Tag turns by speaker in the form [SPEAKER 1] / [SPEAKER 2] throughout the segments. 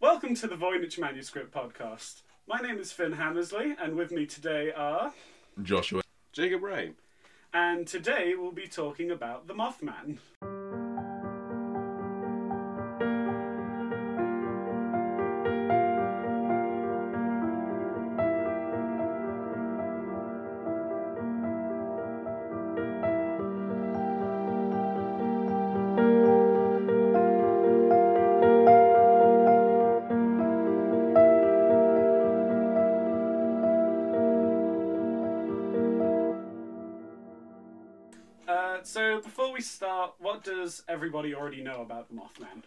[SPEAKER 1] Welcome to the Voynich Manuscript Podcast. My name is Finn Hammersley, and with me today are.
[SPEAKER 2] Joshua.
[SPEAKER 3] Jacob Ray.
[SPEAKER 1] And today we'll be talking about the Mothman. Uh, so, before we start, what does everybody already know about the Mothman?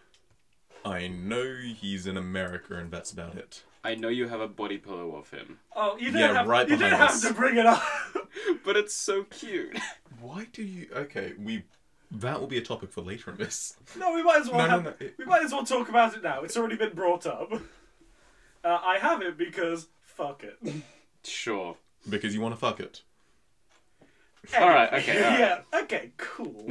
[SPEAKER 2] I know he's in America and that's about it.
[SPEAKER 3] I know you have a body pillow of him,
[SPEAKER 1] Oh, you didn't,
[SPEAKER 2] Yeah,
[SPEAKER 1] have,
[SPEAKER 2] right
[SPEAKER 1] you didn't
[SPEAKER 2] behind
[SPEAKER 1] have
[SPEAKER 2] us.
[SPEAKER 1] to bring it up.
[SPEAKER 3] but it's so cute.
[SPEAKER 2] Why do you. Okay, we. That will be a topic for later in this.
[SPEAKER 1] no, we might as well
[SPEAKER 2] No, no,
[SPEAKER 1] have,
[SPEAKER 2] no, it-
[SPEAKER 1] we might as well talk about it now. It's already been brought up. Uh, I have it because fuck it.
[SPEAKER 3] sure.
[SPEAKER 2] Because you want to fuck it.
[SPEAKER 3] All right. Okay. all right.
[SPEAKER 1] yeah. Okay. Cool.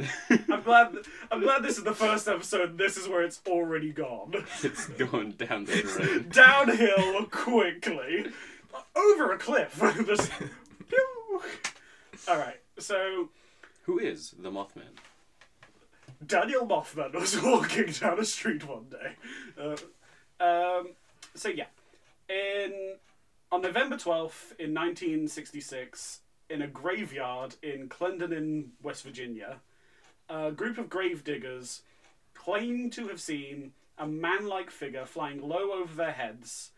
[SPEAKER 1] I'm glad. I'm glad this is the first episode. This is where it's already gone
[SPEAKER 3] It's going down the drain.
[SPEAKER 1] downhill quickly, over a cliff. Just. pew. All right. So
[SPEAKER 3] Who is the Mothman?
[SPEAKER 1] Daniel Mothman was walking down a street one day. Uh, um, so yeah, in on November twelfth in nineteen sixty six, in a graveyard in Clendon in West Virginia, a group of grave diggers claim to have seen a man-like figure flying low over their heads,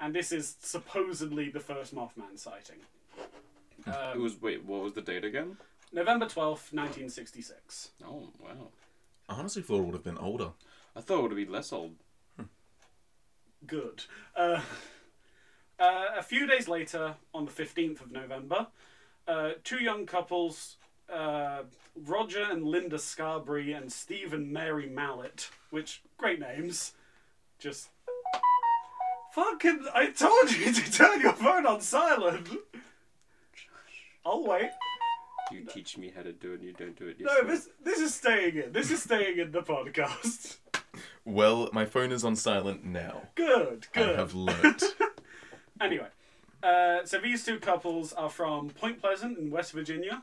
[SPEAKER 1] and this is supposedly the first Mothman sighting. Um,
[SPEAKER 3] it was wait. What was the date again?
[SPEAKER 1] November twelfth, nineteen sixty six.
[SPEAKER 3] Oh wow.
[SPEAKER 2] I honestly thought it would have been older.
[SPEAKER 3] I thought it would be less old.
[SPEAKER 1] good. Uh, uh, a few days later, on the 15th of November, uh, two young couples, uh, Roger and Linda Scarberry and Steve and Mary Mallet, which, great names, just. Fucking, I told you to turn your phone on silent! I'll wait.
[SPEAKER 3] You teach me how to do it, and you don't do it
[SPEAKER 1] No,
[SPEAKER 3] yourself.
[SPEAKER 1] this this is staying in. This is staying in the podcast.
[SPEAKER 2] Well, my phone is on silent now.
[SPEAKER 1] Good, good.
[SPEAKER 2] I have learnt.
[SPEAKER 1] Anyway, uh, so these two couples are from Point Pleasant in West Virginia.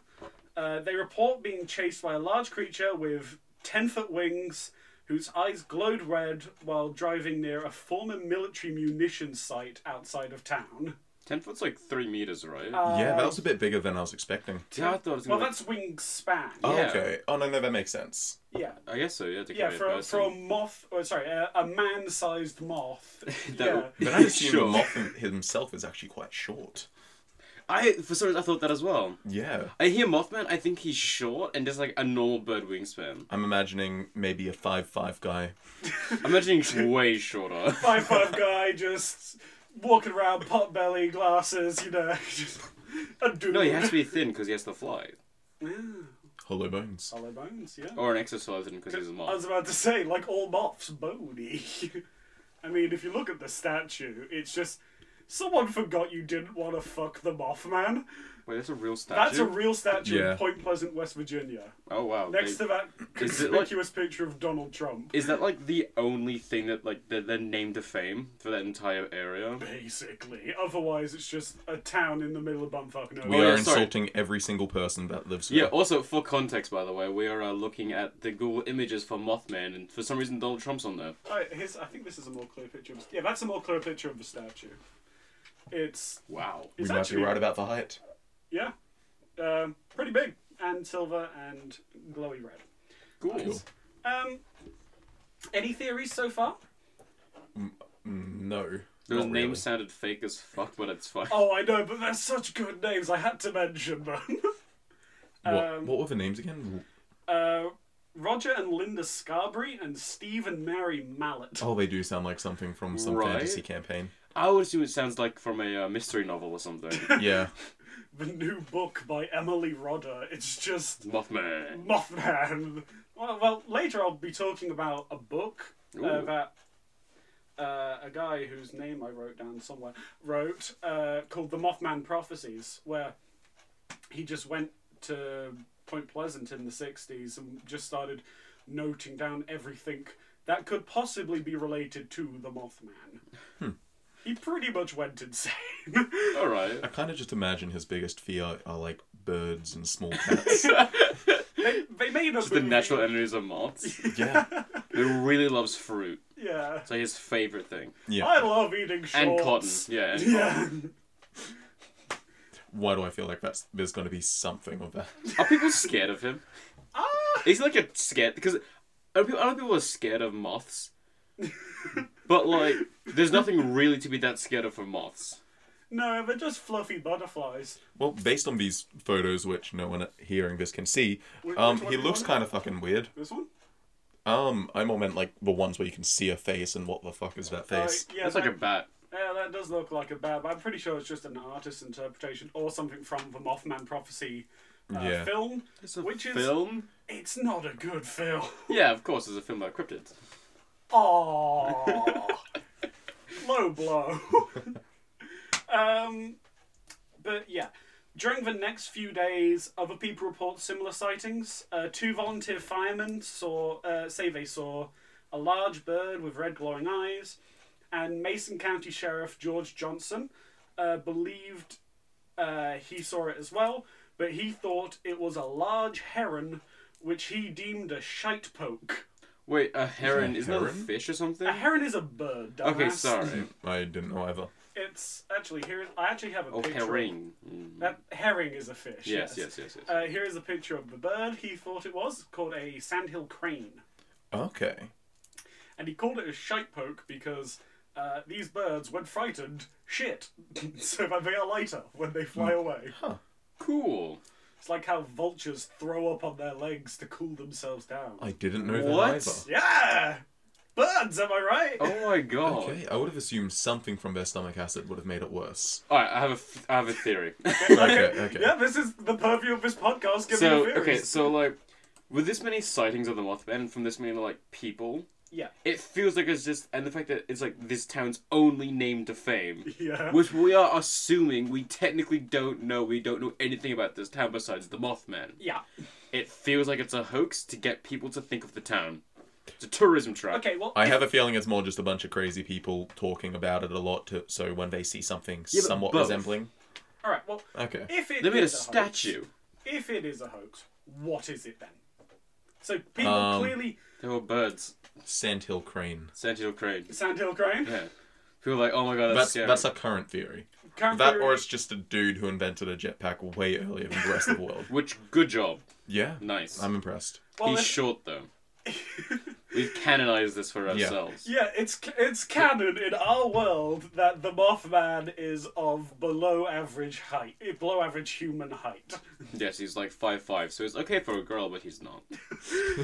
[SPEAKER 1] Uh, they report being chased by a large creature with 10 foot wings whose eyes glowed red while driving near a former military munitions site outside of town.
[SPEAKER 3] Ten foot's like three meters, right?
[SPEAKER 2] yeah, that was a bit bigger than I was expecting.
[SPEAKER 3] yeah, I thought it was
[SPEAKER 1] Uh, Well,
[SPEAKER 3] gonna.
[SPEAKER 1] that's wingspan.
[SPEAKER 2] Oh,
[SPEAKER 3] Yeah.
[SPEAKER 2] okay. Oh, no, no, that makes sense.
[SPEAKER 1] Yeah.
[SPEAKER 3] I guess so. Yeah, to
[SPEAKER 1] Yeah,
[SPEAKER 3] carry a
[SPEAKER 1] for a, for a
[SPEAKER 3] person.
[SPEAKER 1] moth, or sorry, a, a man sized moth. yeah.
[SPEAKER 3] That-
[SPEAKER 2] But I assume
[SPEAKER 3] Sure.
[SPEAKER 2] Mothman himself is actually quite short.
[SPEAKER 3] I for some reason I thought that as well.
[SPEAKER 2] Yeah.
[SPEAKER 3] I hear Mothman. I think he's short and just like a normal bird wingspan.
[SPEAKER 2] I'm imagining maybe a Five-five guy.
[SPEAKER 3] I'm imagining he's way shorter.
[SPEAKER 1] Five five guy just walking around, pot belly, glasses, you know. Just a dude.
[SPEAKER 3] No, he has to be thin because he has to fly,
[SPEAKER 1] Yeah.
[SPEAKER 2] Hollow bones.
[SPEAKER 3] Oh.
[SPEAKER 1] Hollow bones, yeah.
[SPEAKER 3] or an exercise because he's a
[SPEAKER 1] I
[SPEAKER 3] moth.
[SPEAKER 1] was about to say, like all moths, bony. I mean, if you look at the statue, it's just someone forgot you didn't want to fuck the Mothman.
[SPEAKER 3] Wait, that's a real statue.
[SPEAKER 1] That's a real statue
[SPEAKER 2] Yeah.
[SPEAKER 1] in Point Pleasant, West Virginia.
[SPEAKER 3] Oh wow.
[SPEAKER 1] Next
[SPEAKER 3] they-
[SPEAKER 1] to that
[SPEAKER 3] Is it like-
[SPEAKER 1] conspicuous picture of Donald Trump.
[SPEAKER 3] Is that like the only thing that like that they're named to fame for that entire area?
[SPEAKER 1] Basically. Otherwise, it's just a town in the middle of bumfuck
[SPEAKER 2] We
[SPEAKER 3] Oh,
[SPEAKER 1] nowhere.
[SPEAKER 3] yeah,
[SPEAKER 2] are
[SPEAKER 3] sorry.
[SPEAKER 2] insulting every single person that lives
[SPEAKER 3] Yeah. oh,
[SPEAKER 2] here.
[SPEAKER 3] Also, for context, by the way, we are uh, looking at the Google images for Mothman, and for some reason Donald Trump's on there.
[SPEAKER 1] Alright, here's, I think this is a more clear picture. Of, yeah, that's a more clear picture of the statue. It's
[SPEAKER 3] Wow.
[SPEAKER 2] we
[SPEAKER 1] It's
[SPEAKER 2] might
[SPEAKER 1] actually-
[SPEAKER 2] be right about the height.
[SPEAKER 1] yeah, um, pretty big and silver and glowy red.
[SPEAKER 3] Cool.
[SPEAKER 2] Cool.
[SPEAKER 1] Um, any theories so far?
[SPEAKER 2] Mm, No.
[SPEAKER 3] Those
[SPEAKER 2] not
[SPEAKER 3] names
[SPEAKER 2] really.
[SPEAKER 3] sounded fake as fuck, but it's fine.
[SPEAKER 1] Oh, I know, but they're such good names. I had to mention them.
[SPEAKER 2] What,
[SPEAKER 1] Um,
[SPEAKER 2] what were the names again?
[SPEAKER 1] uh, Roger and Linda Scarberry and Steve and Mary Mallet.
[SPEAKER 2] Oh, they do sound like something from some
[SPEAKER 3] Right?
[SPEAKER 2] fantasy campaign.
[SPEAKER 3] I would assume it sounds like from a uh, mystery novel or something.
[SPEAKER 2] Yeah.
[SPEAKER 1] The new book by Emily Rodder. It's just
[SPEAKER 3] Mothman.
[SPEAKER 1] Mothman. Well, well later I'll be talking about a book
[SPEAKER 3] Ooh.
[SPEAKER 1] uh, that uh, a guy whose name I wrote down somewhere wrote uh, called The Mothman Prophecies, where he just went to Point Pleasant in the 60s and just started noting down everything that could possibly be related to the Mothman.
[SPEAKER 3] Hmm.
[SPEAKER 1] He pretty much went insane.
[SPEAKER 3] All right.
[SPEAKER 2] I kind of just imagine his biggest fear are like birds and small cats.
[SPEAKER 1] they, they made a
[SPEAKER 3] Just the
[SPEAKER 1] movie-
[SPEAKER 3] natural enemies of moths.
[SPEAKER 2] yeah,
[SPEAKER 3] He really loves fruit.
[SPEAKER 1] Yeah.
[SPEAKER 3] It's like his favorite thing.
[SPEAKER 2] yeah.
[SPEAKER 1] I love eating shorts.
[SPEAKER 3] e- And cotton. Yeah. And
[SPEAKER 1] Yeah.
[SPEAKER 2] Why do I feel like that's there's going to be something of that?
[SPEAKER 3] Cotton. Are people scared of him?
[SPEAKER 1] Ah,
[SPEAKER 3] Is he like a scared? Because I don't, I do people are scared of moths. but like, there's nothing really to be that scared of for moths.
[SPEAKER 1] no, they're just fluffy butterflies.
[SPEAKER 2] Well, based on these photos, which no one hearing this can see,
[SPEAKER 1] Which-
[SPEAKER 2] um,
[SPEAKER 1] which one
[SPEAKER 2] he
[SPEAKER 1] do you
[SPEAKER 2] looks
[SPEAKER 1] want?
[SPEAKER 2] kind of fucking weird.
[SPEAKER 1] This one?
[SPEAKER 2] Um, I more meant like the ones where you can see a face and what the fuck is that face?
[SPEAKER 1] Uh, yeah,
[SPEAKER 3] That's like a
[SPEAKER 1] that,
[SPEAKER 3] bat.
[SPEAKER 1] yeah, that does look like a bat, but I'm pretty sure it's just an artist's interpretation or something from the Mothman Prophecy uh,
[SPEAKER 2] Yeah.
[SPEAKER 1] film.
[SPEAKER 3] It's a
[SPEAKER 1] Which is-
[SPEAKER 3] film.
[SPEAKER 1] It's not a good film.
[SPEAKER 3] Yeah, of course, it's a film about cryptids.
[SPEAKER 1] Aww. Low blow. um, but yeah. During the next few days, other people report similar sightings. Uh, two volunteer firemen saw, uh, say they saw a large bird with red glowing eyes, and Mason County Sheriff George Johnson uh, believed uh, he saw it as well, but he thought it was a large heron, which he deemed a shite poke.
[SPEAKER 3] Wait, a heron? Isn't that a
[SPEAKER 2] heron?
[SPEAKER 3] fish or something?
[SPEAKER 1] A heron is a bird. Dumbass.
[SPEAKER 3] Okay, sorry.
[SPEAKER 2] I didn't know either.
[SPEAKER 1] It's actually here. I actually have a
[SPEAKER 3] Oh,
[SPEAKER 1] picture.
[SPEAKER 3] herring. Mm.
[SPEAKER 1] That herring is a fish.
[SPEAKER 3] Yes, yes, yes, yes.
[SPEAKER 1] Uh, here is a picture of the bird he thought it was, called a sandhill crane,
[SPEAKER 2] Okay.
[SPEAKER 1] and he called it a shite poke because uh, these birds, when frightened, shit, so that they are lighter when they fly
[SPEAKER 3] Hmm.
[SPEAKER 1] away.
[SPEAKER 3] Cool.
[SPEAKER 1] It's like how vultures throw up on their legs to cool themselves down.
[SPEAKER 2] I didn't know that
[SPEAKER 3] What?
[SPEAKER 2] either.
[SPEAKER 1] Yeah, birds, am I right?
[SPEAKER 3] Oh my god.
[SPEAKER 2] Okay, I would have assumed something from their stomach acid would have made it worse.
[SPEAKER 3] All right, I have a, f- I have a theory.
[SPEAKER 2] Okay, okay.
[SPEAKER 1] Yeah, this is the purview of this podcast. Giving
[SPEAKER 3] so
[SPEAKER 1] theories.
[SPEAKER 3] okay, so like, with this many sightings of the Mothman and from this many like people,
[SPEAKER 1] yeah,
[SPEAKER 3] it feels like it's just and the fact that it's like this town's only name to fame,
[SPEAKER 1] yeah.
[SPEAKER 3] which we are assuming we technically don't know. We don't know anything about this town besides the Mothman.
[SPEAKER 1] Yeah.
[SPEAKER 3] It feels like it's a hoax to get people to think of the town. It's a tourism trap.
[SPEAKER 1] Okay. Well,
[SPEAKER 2] I have a feeling it's more just a bunch of crazy people talking about it a lot, to, so when they see something
[SPEAKER 3] Yeah, but
[SPEAKER 2] somewhat
[SPEAKER 3] both.
[SPEAKER 2] resembling.
[SPEAKER 1] all right. Well,
[SPEAKER 2] Okay.
[SPEAKER 1] if it
[SPEAKER 3] They made a
[SPEAKER 1] is hoax-
[SPEAKER 3] statue.
[SPEAKER 1] if it is a hoax, what is it then? So people
[SPEAKER 2] Um,
[SPEAKER 1] clearly
[SPEAKER 3] There were birds.
[SPEAKER 2] Sandhill crane.
[SPEAKER 3] Sentinel crane.
[SPEAKER 1] Sandhill Crane.
[SPEAKER 3] Yeah. People were like, oh my god, that's,
[SPEAKER 2] That's
[SPEAKER 3] scary.
[SPEAKER 2] that's our current theory.
[SPEAKER 1] Current
[SPEAKER 2] That
[SPEAKER 1] theory-
[SPEAKER 2] or it's just a dude who invented a jetpack way earlier than the rest of the world.
[SPEAKER 3] Which, good job.
[SPEAKER 2] Yeah.
[SPEAKER 3] Nice.
[SPEAKER 2] I'm impressed.
[SPEAKER 1] well,
[SPEAKER 3] He's
[SPEAKER 1] if-
[SPEAKER 3] short though. We've canonized this for
[SPEAKER 2] Yeah.
[SPEAKER 3] ourselves.
[SPEAKER 1] yeah, it's it's canon in our world that the Mothman is of below average height, eh, below average human height.
[SPEAKER 3] Yes, he's like five five, so it's okay for a girl, but he's not.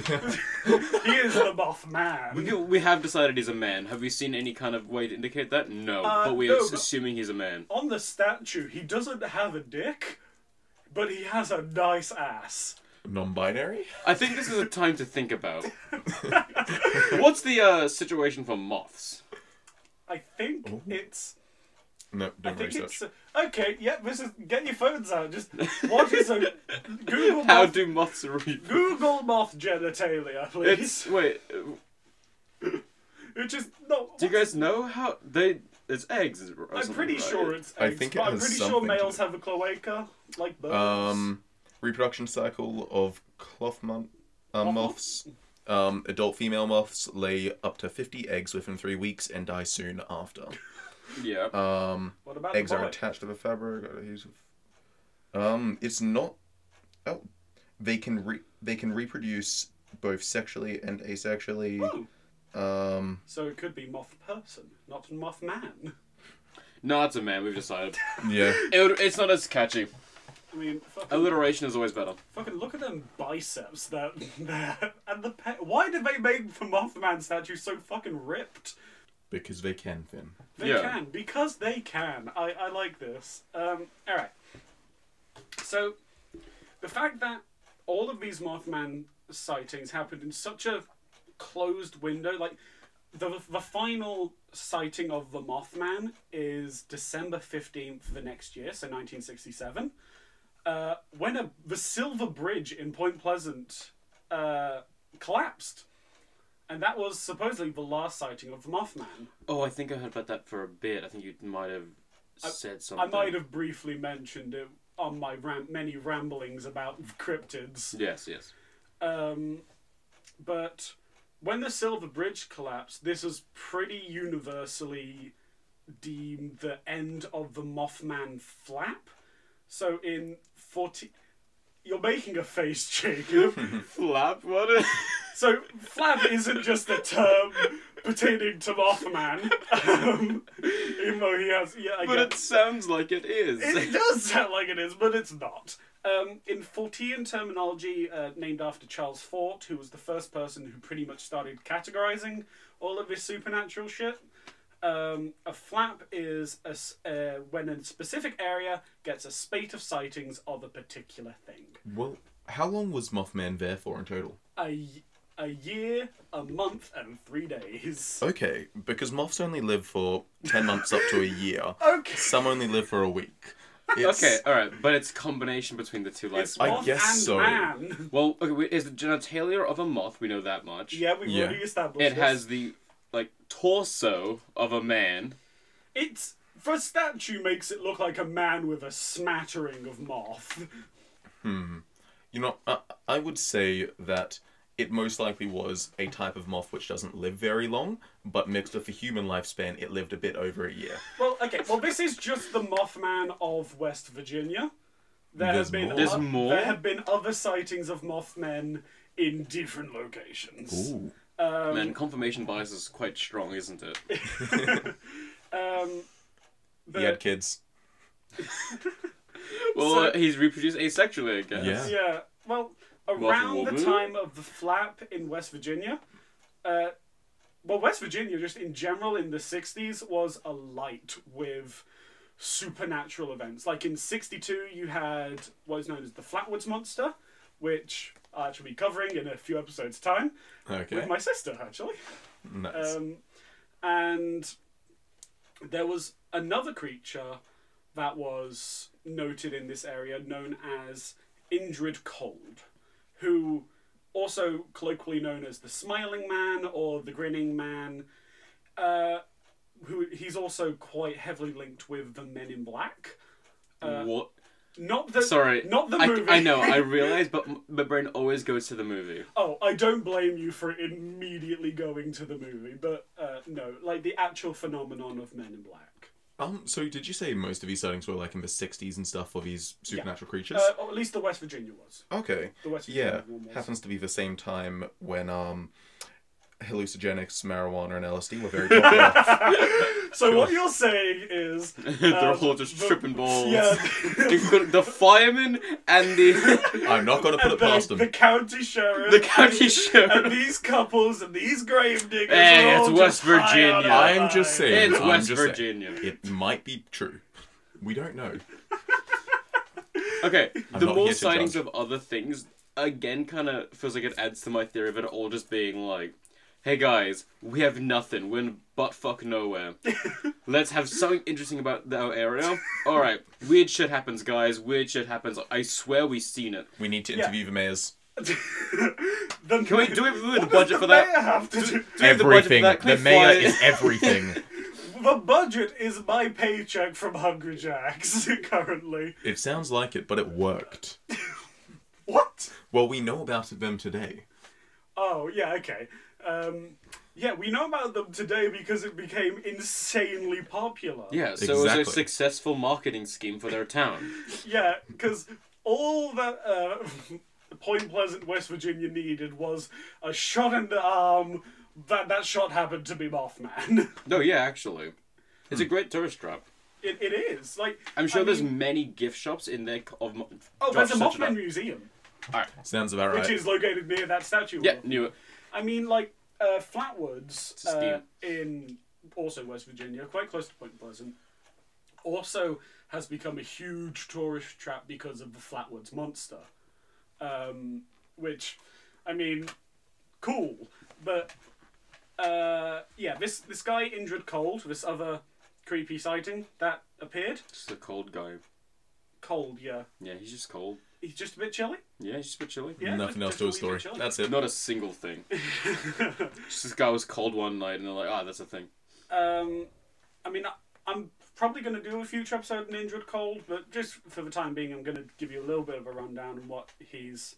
[SPEAKER 1] he is the
[SPEAKER 3] We,
[SPEAKER 1] Mothman.
[SPEAKER 3] do- we have decided he's a man. Have we seen any kind of way to indicate that? No,
[SPEAKER 1] Uh,
[SPEAKER 3] but we're
[SPEAKER 1] no,
[SPEAKER 3] s-
[SPEAKER 1] but-
[SPEAKER 3] assuming he's a man.
[SPEAKER 1] On the statue, he doesn't have a dick, but he has a nice ass.
[SPEAKER 2] Non binary?
[SPEAKER 3] I think this is a time to think about. What's the uh, situation for moths?
[SPEAKER 1] I think
[SPEAKER 2] Ooh.
[SPEAKER 1] it's
[SPEAKER 2] No,
[SPEAKER 1] I
[SPEAKER 2] don't
[SPEAKER 1] think it's
[SPEAKER 2] research.
[SPEAKER 1] uh, okay. Yep, this is get your phones out. Just what is a Google
[SPEAKER 3] How
[SPEAKER 1] Moth-
[SPEAKER 3] do moths reproduce?
[SPEAKER 1] Google moth genitalia, please.
[SPEAKER 3] It's wait. uh,
[SPEAKER 1] Which is not.
[SPEAKER 3] Do you guys know how they? It's eggs. Or
[SPEAKER 1] I'm
[SPEAKER 3] something,
[SPEAKER 1] pretty
[SPEAKER 3] right?
[SPEAKER 1] sure it's.
[SPEAKER 2] I
[SPEAKER 1] Eggs,
[SPEAKER 2] think it
[SPEAKER 1] but I'm
[SPEAKER 2] has
[SPEAKER 1] pretty sure
[SPEAKER 2] something to
[SPEAKER 1] males
[SPEAKER 2] do-
[SPEAKER 1] have a cloaca, like birds.
[SPEAKER 2] Um reproduction cycle of cloth mon- uh,
[SPEAKER 1] Moth
[SPEAKER 2] moths. Um, adult female moths lay up to 50 eggs within three weeks and die soon after.
[SPEAKER 3] Yeah.
[SPEAKER 2] Um,
[SPEAKER 1] what about
[SPEAKER 2] eggs
[SPEAKER 1] the
[SPEAKER 2] are
[SPEAKER 1] boy?
[SPEAKER 2] attached to the fabric. I don't use it. Um, it's not. Oh, they can re- they can reproduce both sexually and asexually.
[SPEAKER 1] Ooh,
[SPEAKER 2] Um,
[SPEAKER 1] so it could be moth person, not moth man.
[SPEAKER 3] no, it's a man. We've decided.
[SPEAKER 2] yeah.
[SPEAKER 3] It would, it's not as catchy.
[SPEAKER 1] I mean, fucking,
[SPEAKER 3] Alliteration is always better.
[SPEAKER 1] fucking look at them biceps that there and the pe- Why did they make the Mothman statue so fucking ripped?
[SPEAKER 2] Because they can, Finn.
[SPEAKER 1] They
[SPEAKER 3] Yeah.
[SPEAKER 1] can because they can. I, I like this. Um, all right. So the fact that all of these Mothman sightings happened in such a closed window, like the the final sighting of the Mothman is December fifteenth the next year, so nineteen sixty seven. Uh, when a, the Silver Bridge in Point Pleasant uh, collapsed, and that was supposedly the last sighting of Mothman.
[SPEAKER 3] Oh, I think I heard about that for a bit. I think you might have
[SPEAKER 1] I-
[SPEAKER 3] said
[SPEAKER 1] I
[SPEAKER 3] something.
[SPEAKER 1] might have briefly mentioned it on my ram- many ramblings about cryptids.
[SPEAKER 3] Yes, yes.
[SPEAKER 1] Um, but when the Silver Bridge collapsed, this was pretty universally deemed the end of the Mothman flap. So in 40. You're making a face, Jacob.
[SPEAKER 3] Flap, what?
[SPEAKER 1] so, flap isn't just a term pertaining to Mothman. Um, even though he has. Yeah, I
[SPEAKER 3] but
[SPEAKER 1] guess-
[SPEAKER 3] it sounds like it is.
[SPEAKER 1] it does sound like it is, but it's not. Um, in Fortean terminology, uh, named after Charles Fort, who was the first person who pretty much started categorizing all of this supernatural shit. Um, a flap is a s uh, when a specific area gets a spate of sightings of a particular thing.
[SPEAKER 2] Well, how long was Mothman there for in total?
[SPEAKER 1] A, y- a year, a month, and three days.
[SPEAKER 2] Okay, because moths only live for 10 months up to a year.
[SPEAKER 1] Okay.
[SPEAKER 2] Some only live for a week.
[SPEAKER 1] Ah,
[SPEAKER 2] It's,
[SPEAKER 3] okay, all right, but it's combination between the two life
[SPEAKER 1] It's
[SPEAKER 2] I
[SPEAKER 3] forms.
[SPEAKER 1] moth
[SPEAKER 2] guess
[SPEAKER 1] and
[SPEAKER 2] so.
[SPEAKER 1] man.
[SPEAKER 3] Well, okay, wait, is the genitalia of a moth? We know that much.
[SPEAKER 1] Yeah, we've
[SPEAKER 2] Yeah.
[SPEAKER 1] already established
[SPEAKER 3] It
[SPEAKER 1] this.
[SPEAKER 3] has the like torso of a man.
[SPEAKER 1] It's for a statue makes it look like a man with a smattering of moth.
[SPEAKER 2] You know, I, I would say that it most likely was a type of moth which doesn't live very long, but mixed with the human lifespan, it lived a bit over a year.
[SPEAKER 1] Well, okay. Well, this is just the Mothman of West Virginia. There
[SPEAKER 2] There's
[SPEAKER 1] have been
[SPEAKER 2] more?
[SPEAKER 3] There's
[SPEAKER 1] o-
[SPEAKER 3] more?
[SPEAKER 1] there have been other sightings of Mothmen in different locations.
[SPEAKER 3] And then confirmation bias is quite strong, isn't it?
[SPEAKER 1] Um,
[SPEAKER 2] He had kids.
[SPEAKER 3] Well,
[SPEAKER 1] So-
[SPEAKER 3] uh, he's reproduced asexually, I
[SPEAKER 2] Yeah.
[SPEAKER 3] guess.
[SPEAKER 1] Yeah. Well, around the
[SPEAKER 3] woman?
[SPEAKER 1] time of the flap in West Virginia, uh, well, West Virginia, just in general, in the 60s, was alight with supernatural events. Like in 62, you had what is known as the Flatwoods Monster, which I'll actually be covering in a few episodes' time
[SPEAKER 2] Okay.
[SPEAKER 1] with my sister, actually.
[SPEAKER 2] nice.
[SPEAKER 1] Um, and there was another creature that was noted in this area known as Indrid Cold, who also colloquially known as the Smiling Man or the Grinning Man. Uh, who he's also quite heavily linked with the Men in Black.
[SPEAKER 3] What?
[SPEAKER 1] Not the
[SPEAKER 3] Sorry.
[SPEAKER 1] Uh, not the
[SPEAKER 3] I,
[SPEAKER 1] movie.
[SPEAKER 3] I know, I realize, but m- my brain always goes to the movie.
[SPEAKER 1] Oh, I don't blame you for immediately going to the movie, but uh, no, like the actual phenomenon of Men in Black.
[SPEAKER 2] Um, so did you say most of these sightings were like in the 60s and stuff for these supernatural creatures?
[SPEAKER 1] Uh, or at least the West Virginia was.
[SPEAKER 2] okay.
[SPEAKER 1] The West
[SPEAKER 2] Yeah,
[SPEAKER 1] Virginia one was.
[SPEAKER 2] happens to be the same time when um, hallucinogens, marijuana, and LSD were very popular.
[SPEAKER 1] So what you're saying is
[SPEAKER 3] They're
[SPEAKER 1] um,
[SPEAKER 3] all just
[SPEAKER 1] the-
[SPEAKER 3] Uh, tripping balls.
[SPEAKER 1] Yeah,
[SPEAKER 3] You've got the fireman and the
[SPEAKER 2] I'm not going to
[SPEAKER 1] and
[SPEAKER 2] put it past
[SPEAKER 1] the,
[SPEAKER 2] them.
[SPEAKER 1] the county sheriff.
[SPEAKER 3] the county sheriff.
[SPEAKER 1] And these couples and these grave diggers.
[SPEAKER 3] Hey,
[SPEAKER 1] are
[SPEAKER 3] it's
[SPEAKER 1] all just
[SPEAKER 3] West
[SPEAKER 1] high on
[SPEAKER 3] Virginia.
[SPEAKER 1] our
[SPEAKER 2] I'm just
[SPEAKER 1] mind.
[SPEAKER 2] saying.
[SPEAKER 3] It's
[SPEAKER 2] I'm
[SPEAKER 3] West
[SPEAKER 2] just saying.
[SPEAKER 3] Virginia.
[SPEAKER 2] It might be true. We don't know.
[SPEAKER 3] Okay,
[SPEAKER 2] I'm
[SPEAKER 3] the
[SPEAKER 2] not
[SPEAKER 3] more
[SPEAKER 2] here to
[SPEAKER 3] sightings
[SPEAKER 2] judge.
[SPEAKER 3] of other things again kind of feels like it adds to my theory of it all just being like, hey guys, we have nothing. We're in butt fuck nowhere. Let's have something interesting about our area. All right, weird shit happens, guys. Weird shit happens. I swear we seen it.
[SPEAKER 2] We need to interview the mayors.
[SPEAKER 1] The-
[SPEAKER 3] Can we do it with the
[SPEAKER 1] what does
[SPEAKER 3] budget
[SPEAKER 1] the
[SPEAKER 3] for that?
[SPEAKER 1] mayor have to do?
[SPEAKER 3] Do we have the budget for that? Can we fly-
[SPEAKER 2] everything.
[SPEAKER 1] The budget is my paycheck from Hungry Jack's currently.
[SPEAKER 2] it sounds like it, but it worked.
[SPEAKER 1] What?
[SPEAKER 2] Well, we know about them today.
[SPEAKER 1] Oh yeah, okay. Um, yeah, we know about them today because it became insanely popular.
[SPEAKER 3] Yeah, so it was a
[SPEAKER 2] Exactly.
[SPEAKER 3] successful marketing scheme for their town.
[SPEAKER 1] Yeah, because all that uh, Point Pleasant, West Virginia needed was a shot in the arm. That that shot happened to be Mothman.
[SPEAKER 3] No, yeah, actually. It's a great tourist trap.
[SPEAKER 1] it, it is like
[SPEAKER 3] I'm sure
[SPEAKER 1] I
[SPEAKER 3] there's
[SPEAKER 1] mean-
[SPEAKER 3] many gift shops in there. co- Of, Mo-
[SPEAKER 1] oh,
[SPEAKER 3] Josh
[SPEAKER 1] there's a
[SPEAKER 3] searched it up.
[SPEAKER 1] Mothman museum,
[SPEAKER 2] Sounds about
[SPEAKER 1] which
[SPEAKER 2] right.
[SPEAKER 1] is located near that statue.
[SPEAKER 3] Yeah, knew it.
[SPEAKER 1] I mean, like uh, Flatwoods
[SPEAKER 3] a
[SPEAKER 1] uh,
[SPEAKER 3] steam.
[SPEAKER 1] in also West Virginia, quite close to Point Pleasant, also has become a huge tourist trap because of the Flatwoods monster. Um, which, I mean, cool, but uh, yeah, this this guy Indrid Cold, this other creepy sighting that appeared
[SPEAKER 3] Just a cold guy.
[SPEAKER 1] cold, yeah.
[SPEAKER 3] Yeah, he's just cold.
[SPEAKER 1] He's just a bit chilly.
[SPEAKER 3] Yeah, he's just a bit chilly.
[SPEAKER 1] Yeah,
[SPEAKER 2] Nothing else
[SPEAKER 1] just-
[SPEAKER 2] to his
[SPEAKER 1] just
[SPEAKER 2] story.
[SPEAKER 1] leave it
[SPEAKER 2] That's it.
[SPEAKER 3] Not a single thing.
[SPEAKER 1] chilly.
[SPEAKER 3] Just this guy was cold one night, and they're like, ah, that's a thing.
[SPEAKER 1] Um, I mean, I, I'm probably going to do a future episode on Injured Cold, but just for the time being, I'm going to give you a little bit of a rundown on what he's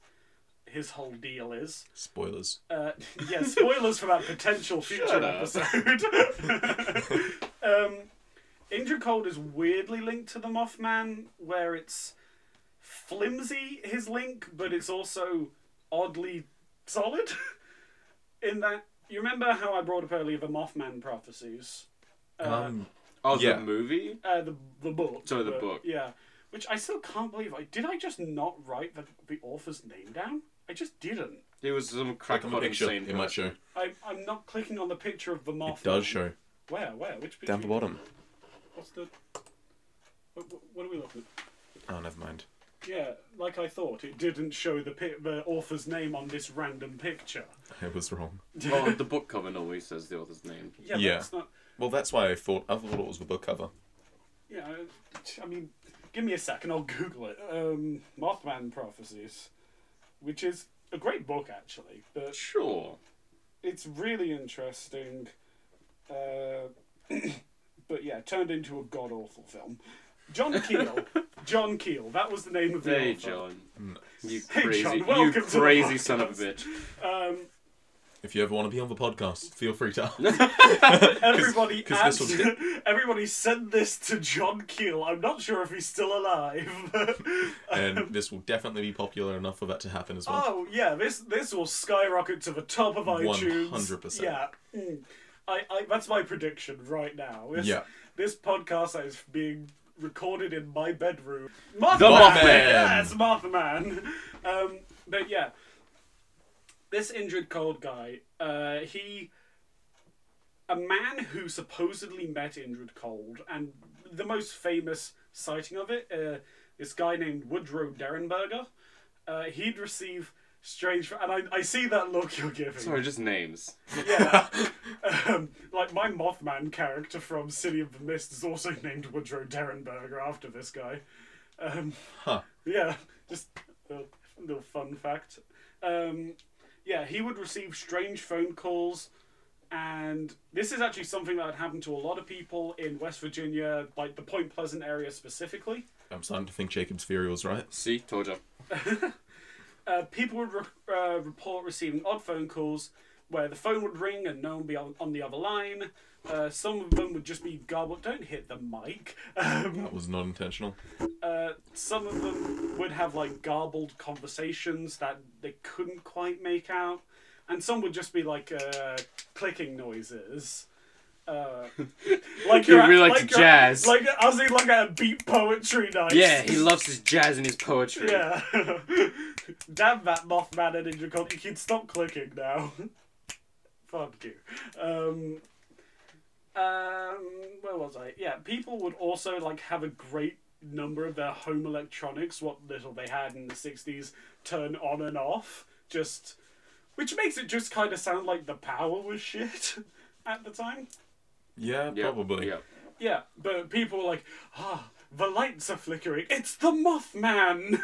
[SPEAKER 1] his whole deal is.
[SPEAKER 2] Spoilers.
[SPEAKER 1] Uh, yeah, spoilers for that potential future
[SPEAKER 3] Shut up.
[SPEAKER 1] episode. um, Injured Cold is weirdly linked to the Mothman, where it's flimsy his link, but it's also oddly solid. in that, you remember how I brought up earlier the Mothman prophecies? Uh,
[SPEAKER 2] um,
[SPEAKER 3] Oh,
[SPEAKER 2] Yeah.
[SPEAKER 3] the movie?
[SPEAKER 1] uh, the the book.
[SPEAKER 3] Sorry, the
[SPEAKER 1] but-
[SPEAKER 3] book.
[SPEAKER 1] Yeah, which I still can't believe. I did I just not write the, the author's name down? I just didn't.
[SPEAKER 3] It was some
[SPEAKER 2] click on the
[SPEAKER 3] crackpot
[SPEAKER 2] picture.
[SPEAKER 3] insane.
[SPEAKER 2] It might show.
[SPEAKER 1] I, I'm not clicking on the picture of the moth.
[SPEAKER 2] It does show.
[SPEAKER 1] Where? Where? Which picture?
[SPEAKER 2] Down the bottom.
[SPEAKER 1] What's the? What, what- what are we looking at?
[SPEAKER 2] Oh, never mind.
[SPEAKER 1] Yeah, like I thought, it didn't show the pi- the author's name on this random picture.
[SPEAKER 2] I was wrong.
[SPEAKER 3] Well, Oh, the book cover normally says the author's name.
[SPEAKER 1] Yeah,
[SPEAKER 2] Yeah.
[SPEAKER 1] that's not.
[SPEAKER 2] Well, that's why I thought I thought it was the book cover.
[SPEAKER 1] Yeah, I- I mean, give me a second. I'll Google it. Um, Mothman prophecies, which is a great book actually, but
[SPEAKER 3] Sure.
[SPEAKER 1] it's really interesting, uh, but yeah, turned into a god awful film. John Keel, John Keel, that was the name of the
[SPEAKER 3] Hey,
[SPEAKER 1] author.
[SPEAKER 3] John. You
[SPEAKER 1] Hey, John,
[SPEAKER 3] crazy, you
[SPEAKER 1] welcome to the
[SPEAKER 3] crazy son of a
[SPEAKER 1] podcast.
[SPEAKER 3] bitch.
[SPEAKER 1] Um,
[SPEAKER 2] If you ever want to be on the podcast, feel free to.
[SPEAKER 1] everybody,
[SPEAKER 2] 'cause this
[SPEAKER 1] adds- everybody send this to John Keel. I'm not sure if he's still alive. but,
[SPEAKER 2] and this will definitely be popular enough for that to happen as well.
[SPEAKER 1] oh yeah, this this will skyrocket to the top of iTunes.
[SPEAKER 2] 100%.
[SPEAKER 1] Yeah. Mm. I, I, that's my prediction right now. This,
[SPEAKER 2] Yeah.
[SPEAKER 1] This podcast that is being recorded in my bedroom.
[SPEAKER 3] Mothman!
[SPEAKER 1] Yeah, it's Mothman. Um, but yeah, this injured cold guy, uh, he. A man who supposedly met Injured Cold, and the most famous sighting of it, uh, this guy named Woodrow Derenberger. Uh, he'd receive strange, and I, I see that look you're giving.
[SPEAKER 3] Sorry, just names.
[SPEAKER 1] Yeah. um, like my Mothman character from City of the Mist is also named Woodrow Derenberger after this guy. Um,
[SPEAKER 2] Huh.
[SPEAKER 1] Yeah, just a little fun fact. Um, yeah, he would receive strange phone calls, and this is actually something that had happened to a lot of people in West Virginia, like the Point Pleasant area specifically.
[SPEAKER 2] I'm starting to think Jacob's theory was right.
[SPEAKER 3] See, told you.
[SPEAKER 1] uh, people would re- uh, report receiving odd phone calls where the phone would ring and no one would be on, on the other line. Uh, some of them would just be garbled. Don't hit the mic. Um,
[SPEAKER 2] That was not intentional.
[SPEAKER 1] uh, some of them would have like garbled conversations that they couldn't quite make out, and some would just be like uh, clicking noises. Uh, like
[SPEAKER 3] He
[SPEAKER 1] you're at-
[SPEAKER 3] really likes
[SPEAKER 1] you're-
[SPEAKER 3] jazz.
[SPEAKER 1] Like I was like at a beat poetry night.
[SPEAKER 3] Yeah, he loves his jazz and his poetry.
[SPEAKER 1] Yeah. Damn that Mothman and Ninja Con. You can stop clicking now. Fuck you. Um, um, where was I? Yeah, people would also like have a great number of their home electronics, what little they had in the sixties, turn on and off. Just, which makes it just kind of sound like the power was shit at the time.
[SPEAKER 2] Yeah,
[SPEAKER 3] Yeah,
[SPEAKER 2] probably.
[SPEAKER 3] Yeah.
[SPEAKER 1] Yeah, but people were like, ah, the lights are flickering. It's the Mothman.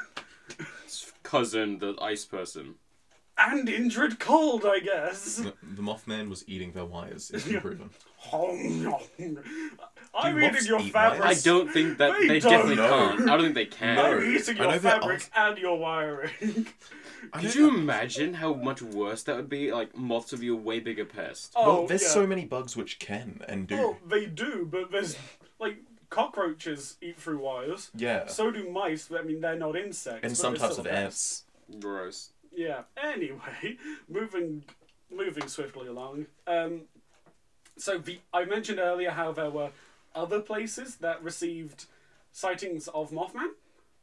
[SPEAKER 3] His cousin, the ice person.
[SPEAKER 1] and injured cold, I guess.
[SPEAKER 2] The, the Mothman was eating their wires. It's been proven.
[SPEAKER 1] I'm
[SPEAKER 2] Do
[SPEAKER 1] eating
[SPEAKER 2] moths
[SPEAKER 1] your
[SPEAKER 2] eat
[SPEAKER 1] fabric.
[SPEAKER 3] I don't think that
[SPEAKER 1] They
[SPEAKER 3] they,
[SPEAKER 1] don't
[SPEAKER 3] definitely
[SPEAKER 1] know.
[SPEAKER 3] can't. I don't think they can.
[SPEAKER 2] No.
[SPEAKER 1] I'm eating
[SPEAKER 2] I know
[SPEAKER 1] your
[SPEAKER 2] they
[SPEAKER 1] fabric and your wiring.
[SPEAKER 2] I
[SPEAKER 3] Could
[SPEAKER 2] know
[SPEAKER 3] you
[SPEAKER 2] that-
[SPEAKER 3] imagine how much worse that would be? Like moths would be a way bigger pest.
[SPEAKER 2] Well,
[SPEAKER 1] oh,
[SPEAKER 2] there's
[SPEAKER 1] yeah.
[SPEAKER 2] so many bugs which can and do.
[SPEAKER 1] Well, they do, but there's like cockroaches eat through wires.
[SPEAKER 2] yeah.
[SPEAKER 1] So do mice. But, I mean, they're not insects.
[SPEAKER 2] and
[SPEAKER 1] but
[SPEAKER 2] some
[SPEAKER 1] they're
[SPEAKER 2] types
[SPEAKER 1] still
[SPEAKER 2] of
[SPEAKER 1] pests.
[SPEAKER 2] ants.
[SPEAKER 3] Gross.
[SPEAKER 1] Yeah. Anyway, moving moving swiftly along. Um, so the, I mentioned earlier how there were other places that received sightings of Mothman,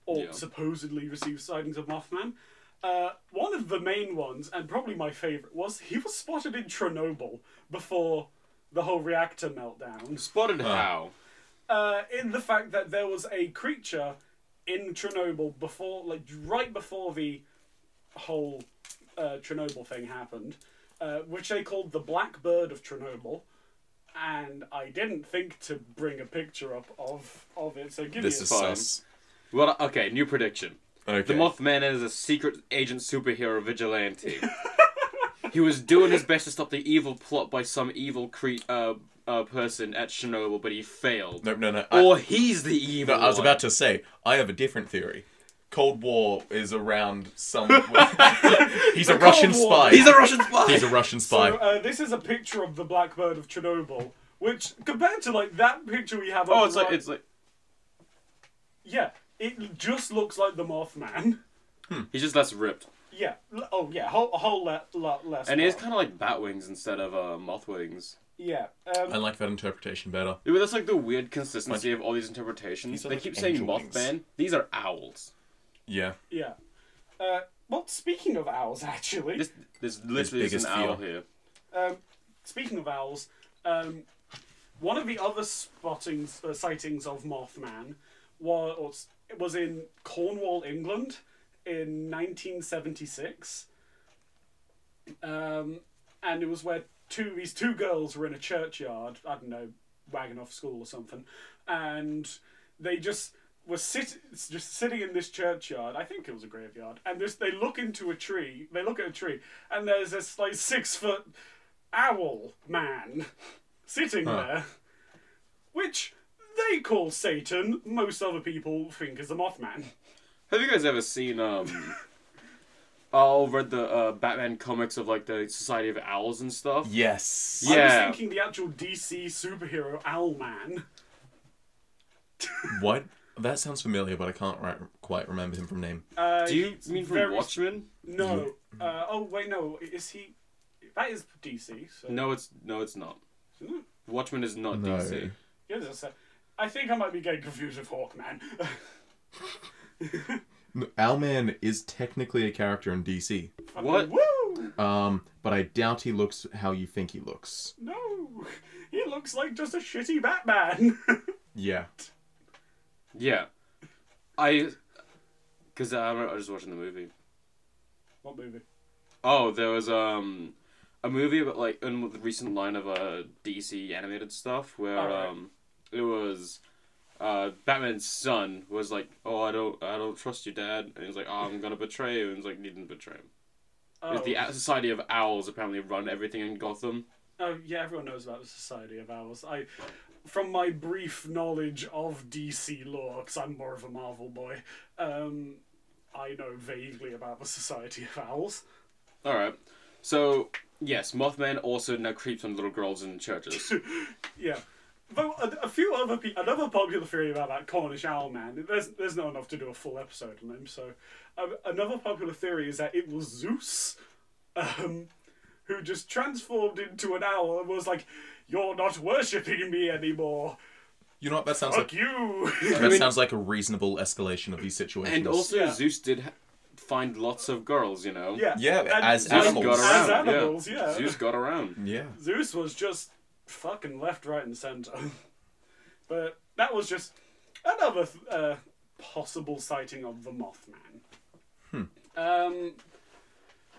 [SPEAKER 1] or
[SPEAKER 3] Yeah.
[SPEAKER 1] supposedly received sightings of Mothman. Uh, one of the main ones, and probably my favorite, was he was spotted in Chernobyl before the whole reactor meltdown.
[SPEAKER 3] Spotted how?
[SPEAKER 1] Uh, in the fact that there was a creature in Chernobyl before, like right before the whole uh, Chernobyl thing happened, uh, which they called the Black Bird of Chernobyl. And I didn't think to bring a picture up of, of it, so give
[SPEAKER 2] This
[SPEAKER 1] me a
[SPEAKER 2] is
[SPEAKER 3] fine.
[SPEAKER 2] sus.
[SPEAKER 3] Well, okay. New prediction.
[SPEAKER 2] Okay.
[SPEAKER 3] The Mothman is a secret agent superhero vigilante. he was doing his best to stop the evil plot by some evil cre- uh, uh, person at Chernobyl, but he failed.
[SPEAKER 2] No, no, no. I,
[SPEAKER 3] Or he's the evil.
[SPEAKER 2] no, I was
[SPEAKER 3] one.
[SPEAKER 2] about to say, I have a different theory. Cold War is around some. He's a
[SPEAKER 1] Cold
[SPEAKER 2] Russian
[SPEAKER 1] War.
[SPEAKER 2] spy.
[SPEAKER 3] He's a Russian spy.
[SPEAKER 2] He's a Russian
[SPEAKER 1] So
[SPEAKER 2] spy.
[SPEAKER 1] uh, this is a picture of the blackbird of Chernobyl, which compared to like that picture we have. on
[SPEAKER 3] oh,
[SPEAKER 1] the
[SPEAKER 3] it's like
[SPEAKER 1] right-
[SPEAKER 3] it's like
[SPEAKER 1] yeah. It just looks like the Mothman.
[SPEAKER 3] he's just less ripped,
[SPEAKER 1] Yeah. l- Oh yeah. Whole, a whole lot le- less.
[SPEAKER 3] and he has
[SPEAKER 1] dark.
[SPEAKER 3] kind of like bat wings instead of uh, moth wings.
[SPEAKER 1] yeah. Um,
[SPEAKER 2] I like that interpretation better.
[SPEAKER 3] Yeah, but that's like the weird consistency of all these interpretations.
[SPEAKER 2] These are
[SPEAKER 3] They
[SPEAKER 2] like
[SPEAKER 3] keep saying
[SPEAKER 2] angel wings.
[SPEAKER 3] Mothman. These are owls.
[SPEAKER 2] Yeah.
[SPEAKER 1] yeah. Uh, well, speaking of owls, actually,
[SPEAKER 3] This this literally is
[SPEAKER 2] biggest
[SPEAKER 3] an owl
[SPEAKER 2] fear.
[SPEAKER 3] here.
[SPEAKER 1] um, speaking of owls, um, one of the other spottings, uh, sightings of Mothman was was in Cornwall, England, in 1976, um, and it was where two these two girls were in a churchyard. I don't know, wagging off school or something, and they just were sit just sitting in this churchyard. I think it was a graveyard, and this they look into a tree. They look at a tree, and there's this like six foot owl man sitting there, which they call Satan. Most other people think is the Mothman.
[SPEAKER 3] Have you guys ever seen um? I'll read the uh, Batman comics of like the Society of Owls and stuff.
[SPEAKER 2] Yes.
[SPEAKER 1] I was
[SPEAKER 3] Yeah.
[SPEAKER 1] thinking the actual DC superhero Owl Man.
[SPEAKER 2] What? That sounds familiar, but I can't ri- quite remember him from name.
[SPEAKER 1] Uh,
[SPEAKER 3] Do you
[SPEAKER 1] he's
[SPEAKER 3] mean from
[SPEAKER 1] very-
[SPEAKER 3] Watchmen?
[SPEAKER 1] No. Uh, oh wait, no. Is he? That is DC. So.
[SPEAKER 3] No, it's no, it's not.
[SPEAKER 1] Isn't it?
[SPEAKER 3] Watchmen is not
[SPEAKER 2] No.
[SPEAKER 3] DC.
[SPEAKER 1] Yeah, there's a- I think I might be getting confused with Hawkman.
[SPEAKER 2] No, Owlman is technically a character in DC,
[SPEAKER 1] Fucking
[SPEAKER 3] What?
[SPEAKER 1] Woo!
[SPEAKER 2] um, but I doubt he looks how you think he looks.
[SPEAKER 1] No, he looks like just a shitty Batman.
[SPEAKER 2] Yeah.
[SPEAKER 3] Yeah, I, because I, remember- I was just watching the movie.
[SPEAKER 1] what movie?
[SPEAKER 3] Oh, there was um a movie about like in the recent line of uh DC animated stuff where
[SPEAKER 1] Oh, right.
[SPEAKER 3] um it was uh Batman's son was like, Oh I don't I don't trust you dad and he's like, Oh I'm gonna betray you and he's like he didn't betray him. It
[SPEAKER 1] Oh,
[SPEAKER 3] was the Society of Owls apparently run everything in Gotham.
[SPEAKER 1] oh, yeah, everyone knows about the Society of Owls. I, from my brief knowledge of DC lore, because I'm more of a Marvel boy, um, I know vaguely about the Society of Owls.
[SPEAKER 3] Alright. So yes, Mothman also now creeps on little girls in churches.
[SPEAKER 1] Yeah. Though a, a few other pe- another popular theory about that Cornish owl man. There's there's not enough to do a full episode on him. So um, another popular theory is that it was Zeus, um, who just transformed into an owl and was like, "You're not worshipping me anymore.
[SPEAKER 2] You know what? That sounds
[SPEAKER 1] Fuck
[SPEAKER 2] like
[SPEAKER 1] you."
[SPEAKER 2] that sounds like a reasonable escalation of these situations.
[SPEAKER 3] and also
[SPEAKER 1] Yeah.
[SPEAKER 3] Zeus did ha- find lots of girls, you know.
[SPEAKER 1] yeah.
[SPEAKER 2] Yeah,
[SPEAKER 1] And
[SPEAKER 2] as
[SPEAKER 1] Zeus-
[SPEAKER 3] Zeus
[SPEAKER 2] Animals.
[SPEAKER 3] got
[SPEAKER 1] As
[SPEAKER 3] around.
[SPEAKER 1] animals,
[SPEAKER 3] yeah.
[SPEAKER 1] yeah.
[SPEAKER 3] Zeus got around.
[SPEAKER 2] yeah.
[SPEAKER 1] Zeus was just fucking left, right, and center. but that was just another uh, possible sighting of the Mothman.
[SPEAKER 2] Hmm.
[SPEAKER 1] Um.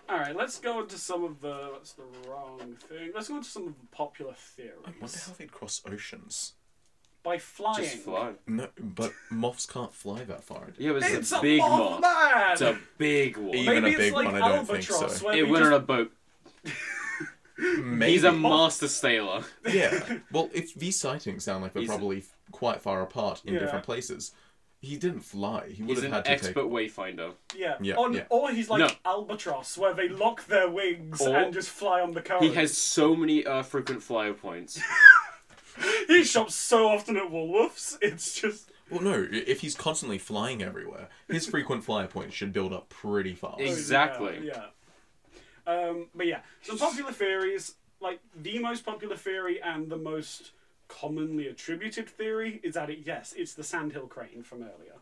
[SPEAKER 1] All right, let's go into some of the. That's the wrong thing. Let's go into some of the popular
[SPEAKER 2] I wonder
[SPEAKER 1] theories
[SPEAKER 2] how they'd cross oceans.
[SPEAKER 1] by flying.
[SPEAKER 3] Just fly.
[SPEAKER 2] No, but moths can't fly that far.
[SPEAKER 3] Yeah, but
[SPEAKER 1] It's
[SPEAKER 3] it's,
[SPEAKER 1] a
[SPEAKER 3] a big
[SPEAKER 1] Mothman!
[SPEAKER 3] moth. It's a big one.
[SPEAKER 2] Even
[SPEAKER 1] Maybe it's
[SPEAKER 2] a big
[SPEAKER 1] like
[SPEAKER 2] one, I don't think
[SPEAKER 1] Albatross,
[SPEAKER 2] so.
[SPEAKER 1] where
[SPEAKER 3] it
[SPEAKER 1] we
[SPEAKER 3] went
[SPEAKER 1] just-
[SPEAKER 3] on a boat.
[SPEAKER 2] Maybe.
[SPEAKER 3] He's a master sailor.
[SPEAKER 2] yeah. Well, if these sightings sound like they're
[SPEAKER 3] He's a-
[SPEAKER 2] probably quite far apart in
[SPEAKER 1] Yeah.
[SPEAKER 2] different places, he didn't fly. He would have
[SPEAKER 3] He's an
[SPEAKER 2] had to
[SPEAKER 3] expert
[SPEAKER 2] take.
[SPEAKER 3] wayfinder.
[SPEAKER 1] yeah.
[SPEAKER 2] Yeah,
[SPEAKER 1] on,
[SPEAKER 2] yeah.
[SPEAKER 1] Or he's like
[SPEAKER 3] No.
[SPEAKER 1] albatross, where they lock their wings
[SPEAKER 3] Or-
[SPEAKER 1] and just fly on the current.
[SPEAKER 3] He has so many uh, frequent flyer points.
[SPEAKER 1] He shops so often at Woolworths. It's just
[SPEAKER 2] Well, no. i- If he's constantly flying everywhere, his frequent flyer points should build up pretty fast.
[SPEAKER 3] Ex- Exactly.
[SPEAKER 1] Yeah. yeah. Um, but yeah, some popular theories, like the most popular theory and the most commonly attributed theory, is that it, yes, it's the sandhill crane from earlier.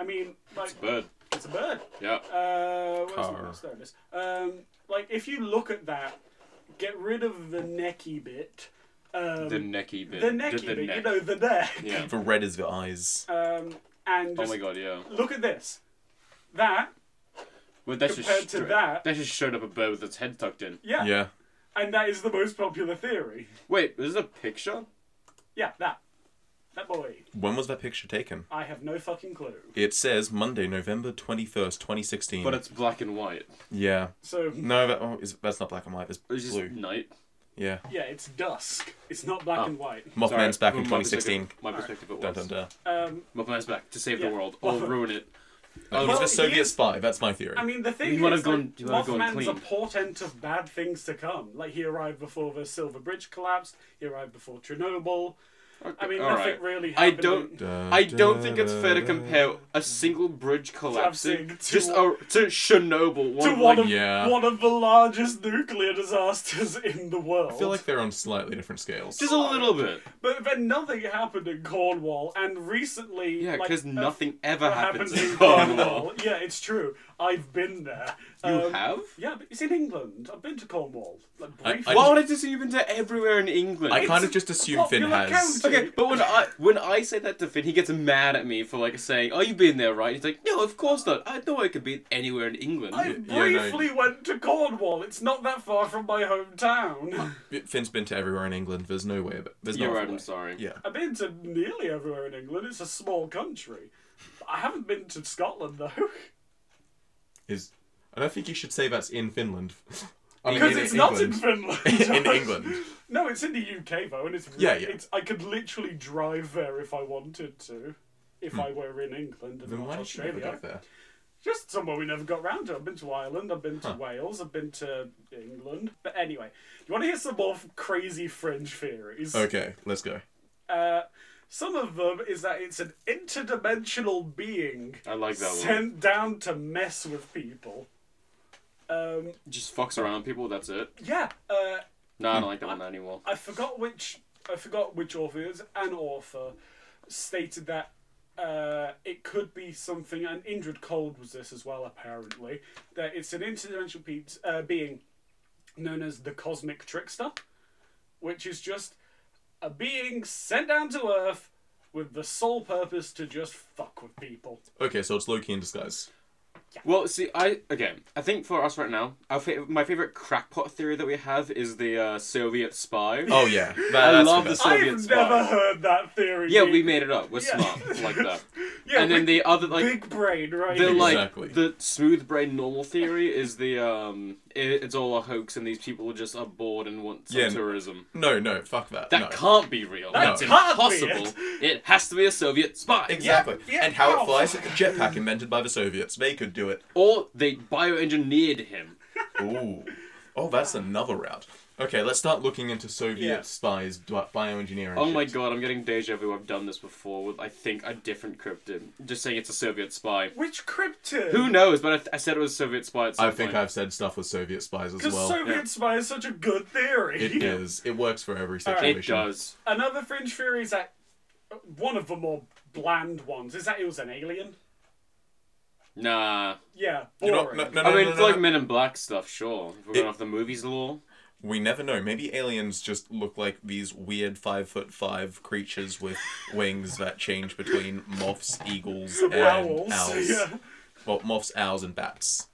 [SPEAKER 1] I mean, like
[SPEAKER 3] Bird.
[SPEAKER 1] it's a bird.
[SPEAKER 3] Yeah.
[SPEAKER 1] Uh, where's the
[SPEAKER 2] Car.
[SPEAKER 1] mouse? There it is. Um, like if you look at that, get rid of the necky bit. Um,
[SPEAKER 3] The
[SPEAKER 1] the,
[SPEAKER 3] necky bit.
[SPEAKER 1] necky
[SPEAKER 3] the
[SPEAKER 1] bit, you
[SPEAKER 3] neck.
[SPEAKER 1] know, the neck.
[SPEAKER 3] Yeah.
[SPEAKER 2] For red is the eyes.
[SPEAKER 1] Um, and
[SPEAKER 3] Oh
[SPEAKER 1] just
[SPEAKER 3] my god, yeah.
[SPEAKER 1] look at this. That
[SPEAKER 3] Well, that's just
[SPEAKER 1] Compared to
[SPEAKER 3] straight-
[SPEAKER 1] that-
[SPEAKER 3] that just showed up a bird with its head tucked in.
[SPEAKER 1] yeah,
[SPEAKER 2] yeah.
[SPEAKER 1] and that is the most popular theory.
[SPEAKER 3] Wait, this is a picture?
[SPEAKER 1] Yeah, that. That boy.
[SPEAKER 2] When was that picture taken?
[SPEAKER 1] I have no fucking clue.
[SPEAKER 2] It says Monday, November 21st, 2016.
[SPEAKER 3] But it's black and white.
[SPEAKER 2] yeah.
[SPEAKER 1] So
[SPEAKER 2] No, that, oh, is, that's not black and white. It's
[SPEAKER 3] It's just
[SPEAKER 2] blue.
[SPEAKER 3] night.
[SPEAKER 2] Yeah.
[SPEAKER 1] yeah, it's dusk. It's not black
[SPEAKER 3] Oh.
[SPEAKER 1] and white.
[SPEAKER 2] Mothman's
[SPEAKER 3] Sorry,
[SPEAKER 2] back in
[SPEAKER 3] from my
[SPEAKER 2] 2016.
[SPEAKER 3] perspective- My perspective, it
[SPEAKER 2] Dun
[SPEAKER 3] was.
[SPEAKER 2] dun dun.
[SPEAKER 1] Um,
[SPEAKER 3] Mothman's back to save
[SPEAKER 1] Yeah.
[SPEAKER 3] the world or
[SPEAKER 1] Mothman.
[SPEAKER 3] ruin Oh, it.
[SPEAKER 2] He's
[SPEAKER 1] well,
[SPEAKER 2] a Soviet
[SPEAKER 1] he is-
[SPEAKER 2] spy. That's my theory.
[SPEAKER 1] I mean, the thing
[SPEAKER 3] You wanna
[SPEAKER 1] is,
[SPEAKER 3] go
[SPEAKER 1] like,
[SPEAKER 3] and- you wanna go and
[SPEAKER 1] Mothman's a
[SPEAKER 3] clean.
[SPEAKER 1] portent of bad things to come. Like he arrived before the Silver Bridge collapsed. He arrived before Chernobyl. I mean,
[SPEAKER 3] all
[SPEAKER 1] nothing
[SPEAKER 3] right.
[SPEAKER 1] really
[SPEAKER 3] I
[SPEAKER 1] happened.
[SPEAKER 3] don't.
[SPEAKER 2] Da,
[SPEAKER 3] I don't
[SPEAKER 2] da,
[SPEAKER 3] think it's
[SPEAKER 2] da,
[SPEAKER 3] fair to
[SPEAKER 2] da.
[SPEAKER 3] compare a single bridge collapsing
[SPEAKER 1] Collapsing to
[SPEAKER 3] just a, to Chernobyl. One
[SPEAKER 1] to
[SPEAKER 3] of,
[SPEAKER 1] one
[SPEAKER 3] like,
[SPEAKER 1] of
[SPEAKER 2] yeah.
[SPEAKER 1] one of the largest nuclear disasters in the world.
[SPEAKER 2] I feel like they're on slightly different scales.
[SPEAKER 3] just a little bit.
[SPEAKER 1] but then nothing happened in Cornwall, and recently,
[SPEAKER 3] Yeah,
[SPEAKER 1] like,
[SPEAKER 3] because
[SPEAKER 1] a-
[SPEAKER 3] nothing ever
[SPEAKER 1] what
[SPEAKER 3] happens
[SPEAKER 1] happened
[SPEAKER 3] in Cornwall.
[SPEAKER 1] Cornwall. Yeah, it's true. I've been there.
[SPEAKER 3] You
[SPEAKER 1] Um,
[SPEAKER 3] have?
[SPEAKER 1] Yeah, but it's in England. I've been to Cornwall. Like,
[SPEAKER 2] I- I
[SPEAKER 1] briefly.
[SPEAKER 2] just-
[SPEAKER 3] Why would I just you've been to everywhere in England?
[SPEAKER 2] I
[SPEAKER 1] It's
[SPEAKER 2] kind of
[SPEAKER 1] a
[SPEAKER 2] just assume Finn
[SPEAKER 1] popular
[SPEAKER 2] has.
[SPEAKER 1] county.
[SPEAKER 3] Okay, but when I when I say that to Finn, he gets mad at me for like saying, "Oh, you've been there, right?" He's like, "No, of course not. I know I could be anywhere in England."
[SPEAKER 1] I
[SPEAKER 2] yeah, no.
[SPEAKER 1] briefly went to Cornwall. It's not that far from my hometown.
[SPEAKER 2] Finn's been to everywhere in England. There's no way. But there's
[SPEAKER 3] You're
[SPEAKER 2] no
[SPEAKER 3] right.
[SPEAKER 2] way.
[SPEAKER 3] I'm sorry.
[SPEAKER 2] Yeah.
[SPEAKER 1] I've been to nearly everywhere in England. It's a small country. I haven't been to Scotland though,
[SPEAKER 2] Is I don't think you should say that's in Finland. I mean,
[SPEAKER 1] because
[SPEAKER 2] in
[SPEAKER 1] it's not in
[SPEAKER 2] England.
[SPEAKER 1] Finland.
[SPEAKER 2] in England.
[SPEAKER 1] No, it's in the UK though, and it's
[SPEAKER 2] Yeah, yeah.
[SPEAKER 1] It's, I could literally drive there if I wanted to, if I were in England and
[SPEAKER 2] Hmm. Then
[SPEAKER 1] not
[SPEAKER 2] why did you
[SPEAKER 1] Australia.
[SPEAKER 2] never go there?
[SPEAKER 1] Just somewhere we never got round to. I've been to Ireland, I've been to Wales, I've been to England. But anyway, you want to hear some more f- crazy fringe theories?
[SPEAKER 2] Okay, let's go.
[SPEAKER 1] Uh, some of them is that it's an interdimensional being
[SPEAKER 3] I like that one.
[SPEAKER 1] sent down to mess with people. Um,
[SPEAKER 3] Just fucks around people. That's it.
[SPEAKER 1] yeah, uh,
[SPEAKER 3] No, I don't like that one anymore.
[SPEAKER 1] I forgot which I forgot which author it is. An author stated that uh, it could be something. And Indrid Cold was this as well, apparently. That it's an interdimensional pe- uh, being known as the Cosmic Trickster, which is just a being sent down to Earth with the sole purpose to just fuck with people.
[SPEAKER 2] Okay, so it's Loki in disguise.
[SPEAKER 3] Well, see, I again, I think for us right now, our fa- my favorite crackpot theory that we have is the uh, Soviet spy.
[SPEAKER 2] Oh yeah, that,
[SPEAKER 3] I
[SPEAKER 2] that's
[SPEAKER 3] love
[SPEAKER 2] the best.
[SPEAKER 3] this- Soviet
[SPEAKER 1] I've
[SPEAKER 3] spy.
[SPEAKER 1] never heard that theory.
[SPEAKER 3] yeah,
[SPEAKER 1] being-
[SPEAKER 3] we made it up. We're
[SPEAKER 1] Yeah.
[SPEAKER 3] smart like that.
[SPEAKER 1] Yeah,
[SPEAKER 3] and then
[SPEAKER 1] big,
[SPEAKER 3] the other like
[SPEAKER 1] big brain, right?
[SPEAKER 3] the like
[SPEAKER 2] Exactly.
[SPEAKER 3] the smooth brain normal theory is the um it, it's all a hoax and these people just are bored and want some
[SPEAKER 2] Yeah.
[SPEAKER 3] tourism.
[SPEAKER 2] No, no, fuck that.
[SPEAKER 3] That
[SPEAKER 2] no.
[SPEAKER 3] can't be real.
[SPEAKER 1] That
[SPEAKER 3] That's
[SPEAKER 1] can't be
[SPEAKER 3] impossible. It. has to be a Soviet spy.
[SPEAKER 2] Exactly.
[SPEAKER 1] Yeah, yeah,
[SPEAKER 2] and how
[SPEAKER 1] oh.
[SPEAKER 2] it flies? Jetpack invented by the Soviets. They could do it.
[SPEAKER 3] Or they bioengineered him.
[SPEAKER 2] Ooh. Oh, that's another route. Okay, let's start looking into Soviet
[SPEAKER 1] Yeah.
[SPEAKER 2] spies bi- bioengineering.
[SPEAKER 3] Oh my
[SPEAKER 2] shit.
[SPEAKER 3] god, I'm getting deja vu. I've done this before with I think a different cryptid. Just saying it's a Soviet spy.
[SPEAKER 1] Which cryptid?
[SPEAKER 3] Who knows? But I, th- I said it was a Soviet spy. At some
[SPEAKER 2] I think
[SPEAKER 3] point.
[SPEAKER 2] I've said stuff with Soviet spies as
[SPEAKER 1] Because
[SPEAKER 2] well.
[SPEAKER 1] Soviet
[SPEAKER 3] yeah.
[SPEAKER 1] spy is such a good theory.
[SPEAKER 2] It is. It works for every
[SPEAKER 1] Alright.
[SPEAKER 2] situation.
[SPEAKER 3] It does.
[SPEAKER 1] Another fringe theory is that one of the more bland ones is that it was an alien.
[SPEAKER 3] Nah.
[SPEAKER 1] Yeah,
[SPEAKER 2] You
[SPEAKER 1] boring.
[SPEAKER 2] know, no, no, no,
[SPEAKER 3] I mean,
[SPEAKER 2] no,
[SPEAKER 3] it's
[SPEAKER 2] no,
[SPEAKER 3] like
[SPEAKER 2] no.
[SPEAKER 3] Men in Black stuff, sure. If we're going
[SPEAKER 2] It-
[SPEAKER 3] off the movies lore.
[SPEAKER 2] we never know. Maybe aliens just look like these weird five foot five creatures with wings that change between moths, eagles, and
[SPEAKER 1] Owls.
[SPEAKER 2] owls.
[SPEAKER 1] Yeah.
[SPEAKER 2] Well, moths, owls, and bats.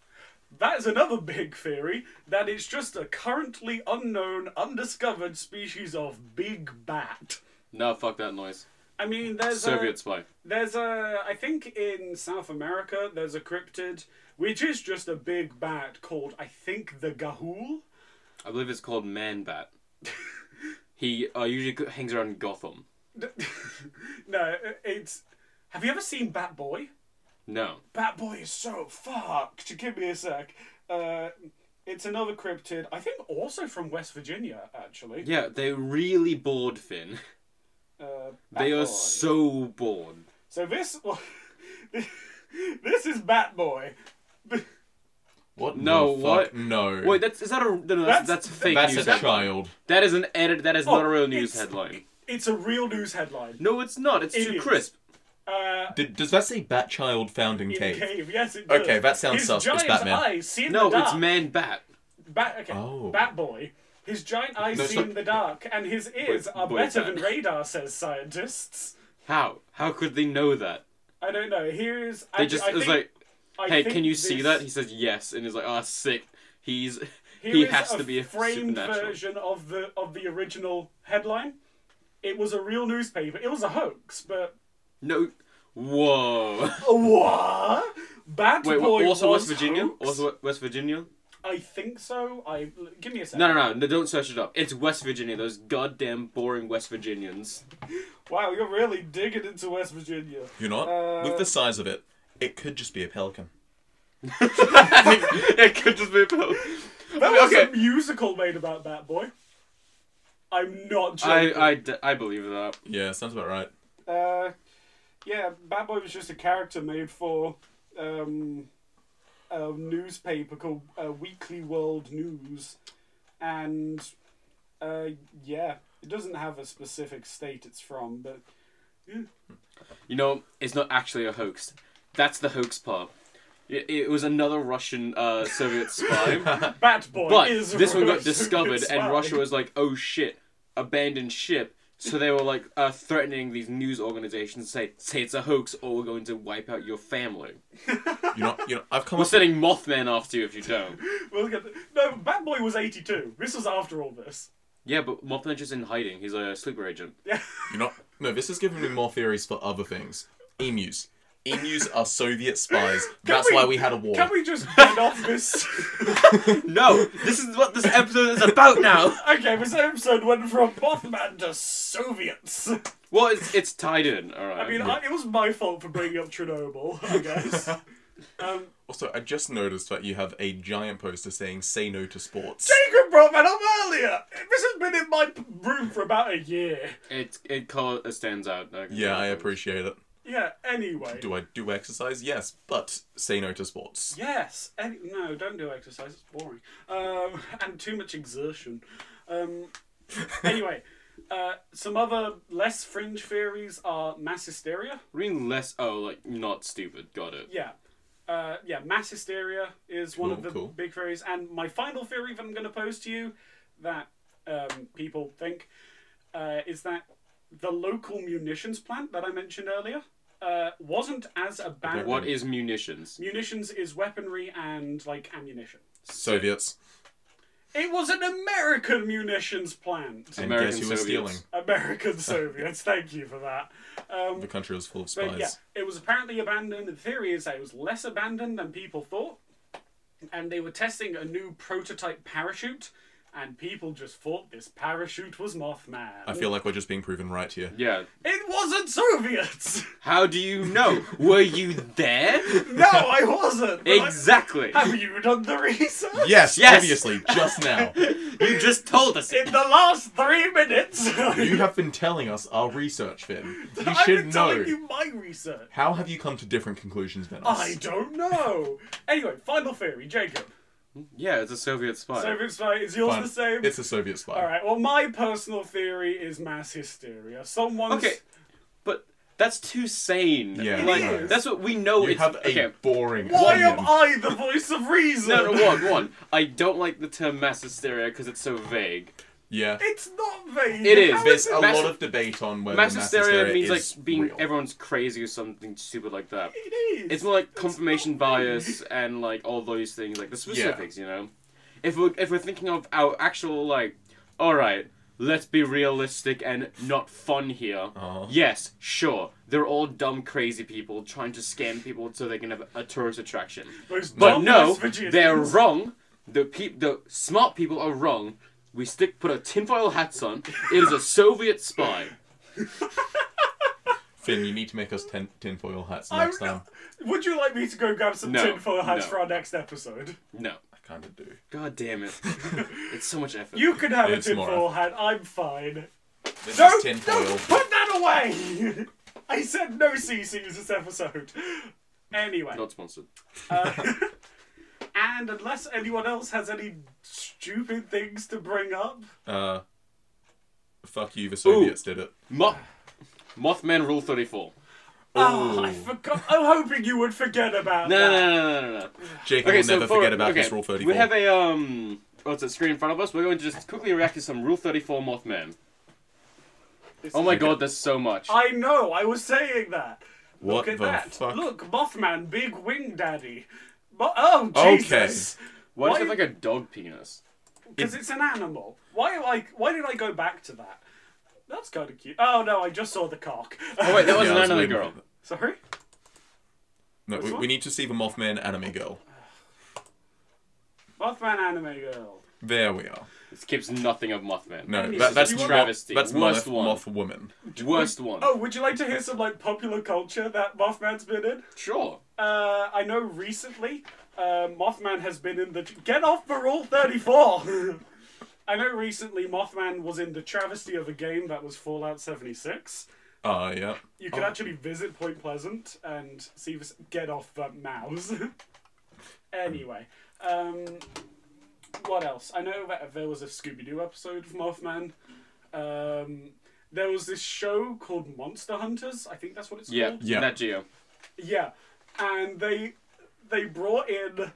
[SPEAKER 1] That is another big theory that it's just a currently unknown, undiscovered species of big bat.
[SPEAKER 3] No, fuck that noise.
[SPEAKER 1] I mean, there's
[SPEAKER 2] uh,
[SPEAKER 1] a,
[SPEAKER 3] Soviet spy.
[SPEAKER 1] There's a, I think in South America, there's a cryptid, which is just a big bat called, I think, the Gahool.
[SPEAKER 3] I believe it's called Man Bat. he uh, usually go- hangs around Gotham.
[SPEAKER 1] no, it's. Have you ever seen Bat Boy?
[SPEAKER 3] No.
[SPEAKER 1] Bat Boy is so fucked. Give me a sec. Uh, it's another cryptid, I think also from West Virginia, actually.
[SPEAKER 3] Yeah, they're really bored, Finn.
[SPEAKER 1] Uh, Bat
[SPEAKER 3] They
[SPEAKER 1] Boy.
[SPEAKER 3] are so bored.
[SPEAKER 1] So this. this is Bat Boy.
[SPEAKER 2] What?
[SPEAKER 3] No,
[SPEAKER 2] the
[SPEAKER 3] what?
[SPEAKER 2] Fuck? No.
[SPEAKER 3] Wait, that's is that a no, no,
[SPEAKER 1] That's-
[SPEAKER 3] that's, that's a fake
[SPEAKER 2] that's
[SPEAKER 3] news
[SPEAKER 2] a
[SPEAKER 3] headline.
[SPEAKER 2] child.
[SPEAKER 3] That is an edit. That is not a
[SPEAKER 1] Oh,
[SPEAKER 3] real news
[SPEAKER 1] it's-
[SPEAKER 3] headline.
[SPEAKER 1] It's a real news headline.
[SPEAKER 3] No, it's not. It's
[SPEAKER 1] It
[SPEAKER 3] too
[SPEAKER 1] is.
[SPEAKER 3] crisp.
[SPEAKER 1] Uh,
[SPEAKER 2] Did, does that say bat child founding
[SPEAKER 1] in
[SPEAKER 2] cave?
[SPEAKER 1] cave, yes, it does.
[SPEAKER 2] Okay, that sounds
[SPEAKER 1] His
[SPEAKER 2] sus. It's
[SPEAKER 1] giant
[SPEAKER 2] Batman.
[SPEAKER 1] eyes see in
[SPEAKER 3] No,
[SPEAKER 1] the
[SPEAKER 3] it's
[SPEAKER 1] dark.
[SPEAKER 3] Man Bat.
[SPEAKER 1] Bat, okay,
[SPEAKER 2] Oh.
[SPEAKER 1] Bat Boy. His giant eyes
[SPEAKER 2] No,
[SPEAKER 1] see
[SPEAKER 2] stop.
[SPEAKER 1] in the dark, and his ears are
[SPEAKER 3] boy,
[SPEAKER 1] better
[SPEAKER 3] Bat.
[SPEAKER 1] than radar, says scientists.
[SPEAKER 3] How? How could they know that?
[SPEAKER 1] I don't know. Here's
[SPEAKER 3] They
[SPEAKER 1] I,
[SPEAKER 3] just
[SPEAKER 1] I
[SPEAKER 3] it was
[SPEAKER 1] think,
[SPEAKER 3] like,
[SPEAKER 1] I
[SPEAKER 3] hey,
[SPEAKER 1] think
[SPEAKER 3] can you
[SPEAKER 1] this-
[SPEAKER 3] see that? He says yes, and he's like, ah, sick. He's
[SPEAKER 1] here
[SPEAKER 3] he
[SPEAKER 1] is
[SPEAKER 3] has to be a
[SPEAKER 1] framed
[SPEAKER 3] supernatural.
[SPEAKER 1] version of the of the original headline. It was a real newspaper. It was a hoax, but
[SPEAKER 3] No. Whoa.
[SPEAKER 1] what? Bad
[SPEAKER 3] Wait,
[SPEAKER 1] boy.
[SPEAKER 3] wait, also
[SPEAKER 1] was
[SPEAKER 3] West Virginia?
[SPEAKER 1] hoax?
[SPEAKER 3] Also West Virginia?
[SPEAKER 1] I think so. I give me a second.
[SPEAKER 3] No, no, no, no, don't search it up. It's West Virginia, those goddamn boring West Virginians.
[SPEAKER 1] Wow, you're really digging into West Virginia.
[SPEAKER 2] You're not?
[SPEAKER 1] Uh,
[SPEAKER 2] With the size of it, it could just be a pelican.
[SPEAKER 3] it could just be a pill.
[SPEAKER 1] There was
[SPEAKER 3] Okay.
[SPEAKER 1] a musical made about Bat Boy. I'm not
[SPEAKER 3] I,
[SPEAKER 1] joking.
[SPEAKER 3] I, d- I believe that.
[SPEAKER 2] Yeah, sounds about right.
[SPEAKER 1] Uh, yeah, Bat Boy was just a character made for um, a newspaper called uh, Weekly World News, and uh, yeah, it doesn't have a specific state it's from, but
[SPEAKER 3] You know, it's not actually a hoax. That's the hoax part. It, it was another Russian uh, Soviet spy.
[SPEAKER 1] Bat Boy
[SPEAKER 3] but
[SPEAKER 1] is.
[SPEAKER 3] this one got
[SPEAKER 1] Russian
[SPEAKER 3] discovered, and
[SPEAKER 1] spy.
[SPEAKER 3] Russia was like, oh shit, abandoned ship. So they were like uh, threatening these news organizations, say, say it's a hoax, or we're going to wipe out your family.
[SPEAKER 2] You know, you know, I've come
[SPEAKER 3] We're
[SPEAKER 2] up
[SPEAKER 3] sending Mothman after you if you don't.
[SPEAKER 1] Well, look at the- No, Bat Boy was 82. This was after all this.
[SPEAKER 3] Yeah, but Mothman's just in hiding. He's a sleeper agent.
[SPEAKER 1] Yeah.
[SPEAKER 2] you know no, this is giving me more theories for other things. Emus. Emus are Soviet spies. That's
[SPEAKER 1] we-
[SPEAKER 2] why we had a war.
[SPEAKER 1] Can we just get off this?
[SPEAKER 3] No, this is what this episode is about now.
[SPEAKER 1] okay, this episode went from Mothman to Soviets.
[SPEAKER 3] Well, it's, it's tied in. All right.
[SPEAKER 1] I mean, I, it was my fault for bringing up Chernobyl, I guess. um,
[SPEAKER 2] Also, I just noticed that you have a giant poster saying "Say no to sports."
[SPEAKER 1] Jacob brought that up earlier. This has been in my p- room for about a year.
[SPEAKER 3] it it col- it stands out. Okay.
[SPEAKER 2] Yeah, I appreciate it.
[SPEAKER 1] Yeah. Anyway.
[SPEAKER 2] Do I do exercise? Yes, but say no to sports.
[SPEAKER 1] yes. Any, no, don't do exercise. It's boring. Um, and too much exertion. Um, anyway. Uh, some other less fringe theories are mass hysteria.
[SPEAKER 3] Reading less. Oh, like not stupid. Got it.
[SPEAKER 1] Yeah. Uh, yeah, mass hysteria is one of
[SPEAKER 2] Cool,
[SPEAKER 1] the
[SPEAKER 2] cool.
[SPEAKER 1] big theories. And my final theory that I'm going to pose to you that um, people think uh, is that the local munitions plant that I mentioned earlier uh, wasn't as abandoned.
[SPEAKER 3] What is munitions?
[SPEAKER 1] Munitions is weaponry and like ammunition.
[SPEAKER 2] Soviets.
[SPEAKER 1] It was an American munitions plant.
[SPEAKER 2] And
[SPEAKER 3] American
[SPEAKER 2] guess who was
[SPEAKER 3] Soviets.
[SPEAKER 2] stealing?
[SPEAKER 1] American Soviets. Thank you for that. Um,
[SPEAKER 2] The country was full of
[SPEAKER 1] But yeah,
[SPEAKER 2] spies.
[SPEAKER 1] it was apparently abandoned. The theory is that it was less abandoned than people thought, and they were testing a new prototype parachute, and people just thought this parachute was Mothman.
[SPEAKER 2] I feel like we're just being proven right here.
[SPEAKER 3] Yeah.
[SPEAKER 1] it wasn't Soviets.
[SPEAKER 3] How do you know? Were you there?
[SPEAKER 1] no, I wasn't. but I-
[SPEAKER 3] exactly.
[SPEAKER 1] Have you done the research?
[SPEAKER 2] Yes,
[SPEAKER 3] Yes.
[SPEAKER 2] obviously, just now.
[SPEAKER 3] You just told us.
[SPEAKER 1] In the last three minutes,
[SPEAKER 2] you have been telling us our research, Finn. You
[SPEAKER 1] I've
[SPEAKER 2] should
[SPEAKER 1] been
[SPEAKER 2] know.
[SPEAKER 1] telling you my research.
[SPEAKER 2] How have you come to different conclusions than us?
[SPEAKER 1] I don't know. anyway, final theory, Jacob.
[SPEAKER 3] Yeah, it's a Soviet spy.
[SPEAKER 1] Soviet spy is yours
[SPEAKER 2] Fine.
[SPEAKER 1] the same?
[SPEAKER 2] It's a Soviet spy.
[SPEAKER 1] All right. Well, my personal theory is mass hysteria. Someone's
[SPEAKER 3] Okay, but that's too sane.
[SPEAKER 2] Yeah,
[SPEAKER 3] Like,
[SPEAKER 1] It is.
[SPEAKER 3] that's what we know.
[SPEAKER 2] You
[SPEAKER 3] it's
[SPEAKER 2] have a
[SPEAKER 3] okay.
[SPEAKER 2] boring.
[SPEAKER 1] Why
[SPEAKER 2] opinion.
[SPEAKER 1] am I the voice of reason?
[SPEAKER 3] No, no, one, one. I don't like the term mass hysteria because it's so vague.
[SPEAKER 2] Yeah.
[SPEAKER 1] It's not vague.
[SPEAKER 3] It is.
[SPEAKER 1] How
[SPEAKER 2] There's a
[SPEAKER 1] it-
[SPEAKER 3] Mass-
[SPEAKER 2] lot of debate on whether
[SPEAKER 3] Mass hysteria means
[SPEAKER 2] is
[SPEAKER 3] like being
[SPEAKER 2] real.
[SPEAKER 3] everyone's crazy or something stupid like that.
[SPEAKER 1] It is.
[SPEAKER 3] It's more like confirmation
[SPEAKER 1] not vague.
[SPEAKER 3] bias and like all those things, like the specifics, you know. If we're if we're thinking of our actual like, all right, let's be realistic and not fun here.
[SPEAKER 2] Uh-huh.
[SPEAKER 3] Yes, sure, they're all dumb, crazy people trying to scam people so they can have a tourist attraction.
[SPEAKER 1] Those
[SPEAKER 3] But
[SPEAKER 1] dumb
[SPEAKER 3] no,
[SPEAKER 1] West Virginians.
[SPEAKER 3] they're wrong. The peop- the smart people are wrong. We stick put our tinfoil hats on. It is a Soviet spy.
[SPEAKER 2] Finn, you need to make us tin tinfoil hats
[SPEAKER 1] I'm
[SPEAKER 2] next time.
[SPEAKER 1] not- Would you like me to go grab some
[SPEAKER 3] No,
[SPEAKER 1] tinfoil hats
[SPEAKER 3] no.
[SPEAKER 1] for our next episode?
[SPEAKER 3] No,
[SPEAKER 2] I kind of do.
[SPEAKER 3] god damn it! it's so much effort.
[SPEAKER 1] You can have
[SPEAKER 2] It's
[SPEAKER 1] a
[SPEAKER 2] more-
[SPEAKER 1] tinfoil hat. I'm fine.
[SPEAKER 2] This
[SPEAKER 1] No,
[SPEAKER 2] is
[SPEAKER 1] no,
[SPEAKER 2] tinfoil.
[SPEAKER 1] put that away. I said no CCs this episode. Anyway,
[SPEAKER 3] not sponsored.
[SPEAKER 1] Uh, and unless anyone else has any stupid things to bring up,
[SPEAKER 2] Uh, fuck you, the Soviets did it.
[SPEAKER 3] Mo- Mothman Rule Thirty Four.
[SPEAKER 1] oh, I forgot. I'm hoping you would forget about
[SPEAKER 3] No, no,
[SPEAKER 1] that.
[SPEAKER 3] no, no, no, no.
[SPEAKER 2] Jacob
[SPEAKER 3] Okay,
[SPEAKER 2] will
[SPEAKER 3] so
[SPEAKER 2] never
[SPEAKER 3] for-
[SPEAKER 2] forget about
[SPEAKER 3] okay,
[SPEAKER 2] this Rule 34.
[SPEAKER 3] We have a um, what's that screen in front of us? We're going to just quickly react to some Rule Thirty Four Mothman.
[SPEAKER 1] This-
[SPEAKER 3] Oh my god, there's so much.
[SPEAKER 1] I know. I was saying that.
[SPEAKER 2] what
[SPEAKER 1] Look at
[SPEAKER 2] the
[SPEAKER 1] that.
[SPEAKER 2] fuck?
[SPEAKER 1] Look, Mothman, big wing daddy. Mo- oh
[SPEAKER 2] Okay.
[SPEAKER 1] Jesus!
[SPEAKER 3] Why does it
[SPEAKER 1] why-
[SPEAKER 3] have like a dog penis?
[SPEAKER 1] Because it's an animal. Why am I? Why did I go back to that? that's kind of cute. Oh no, I just saw the cock.
[SPEAKER 3] Oh wait, that was
[SPEAKER 2] Yeah,
[SPEAKER 3] an
[SPEAKER 2] I was
[SPEAKER 3] anime
[SPEAKER 2] waiting
[SPEAKER 3] girl.
[SPEAKER 2] for that.
[SPEAKER 1] Sorry.
[SPEAKER 2] No, we,
[SPEAKER 1] one?
[SPEAKER 2] we need to see the Mothman anime girl.
[SPEAKER 1] Mothman anime girl.
[SPEAKER 2] There we are.
[SPEAKER 3] This keeps nothing of Mothman.
[SPEAKER 2] No,
[SPEAKER 1] Anime
[SPEAKER 2] that, that's
[SPEAKER 1] sister.
[SPEAKER 2] travesty.
[SPEAKER 3] Travesty.
[SPEAKER 2] That's
[SPEAKER 3] Worst
[SPEAKER 2] moth,
[SPEAKER 3] one.
[SPEAKER 2] moth woman.
[SPEAKER 3] Worst one.
[SPEAKER 1] Oh, would you like to hear some like popular culture that Mothman's been in?
[SPEAKER 3] sure.
[SPEAKER 1] Uh, I know recently, uh, Mothman has been in the Get Off for Rule 34! I know recently Mothman was in the travesty of a game that was Fallout 76.
[SPEAKER 2] Ah, yeah.
[SPEAKER 1] You could
[SPEAKER 2] Oh.
[SPEAKER 1] actually visit Point Pleasant and see this Get Off that mouse. anyway, um, what else? I know that there was a Scooby Doo episode of Mothman. Um, there was this show called Monster Hunters. I think that's what it's
[SPEAKER 3] Yeah.
[SPEAKER 1] called.
[SPEAKER 2] Yeah.
[SPEAKER 3] That Geo.
[SPEAKER 1] Yeah, and they they brought in.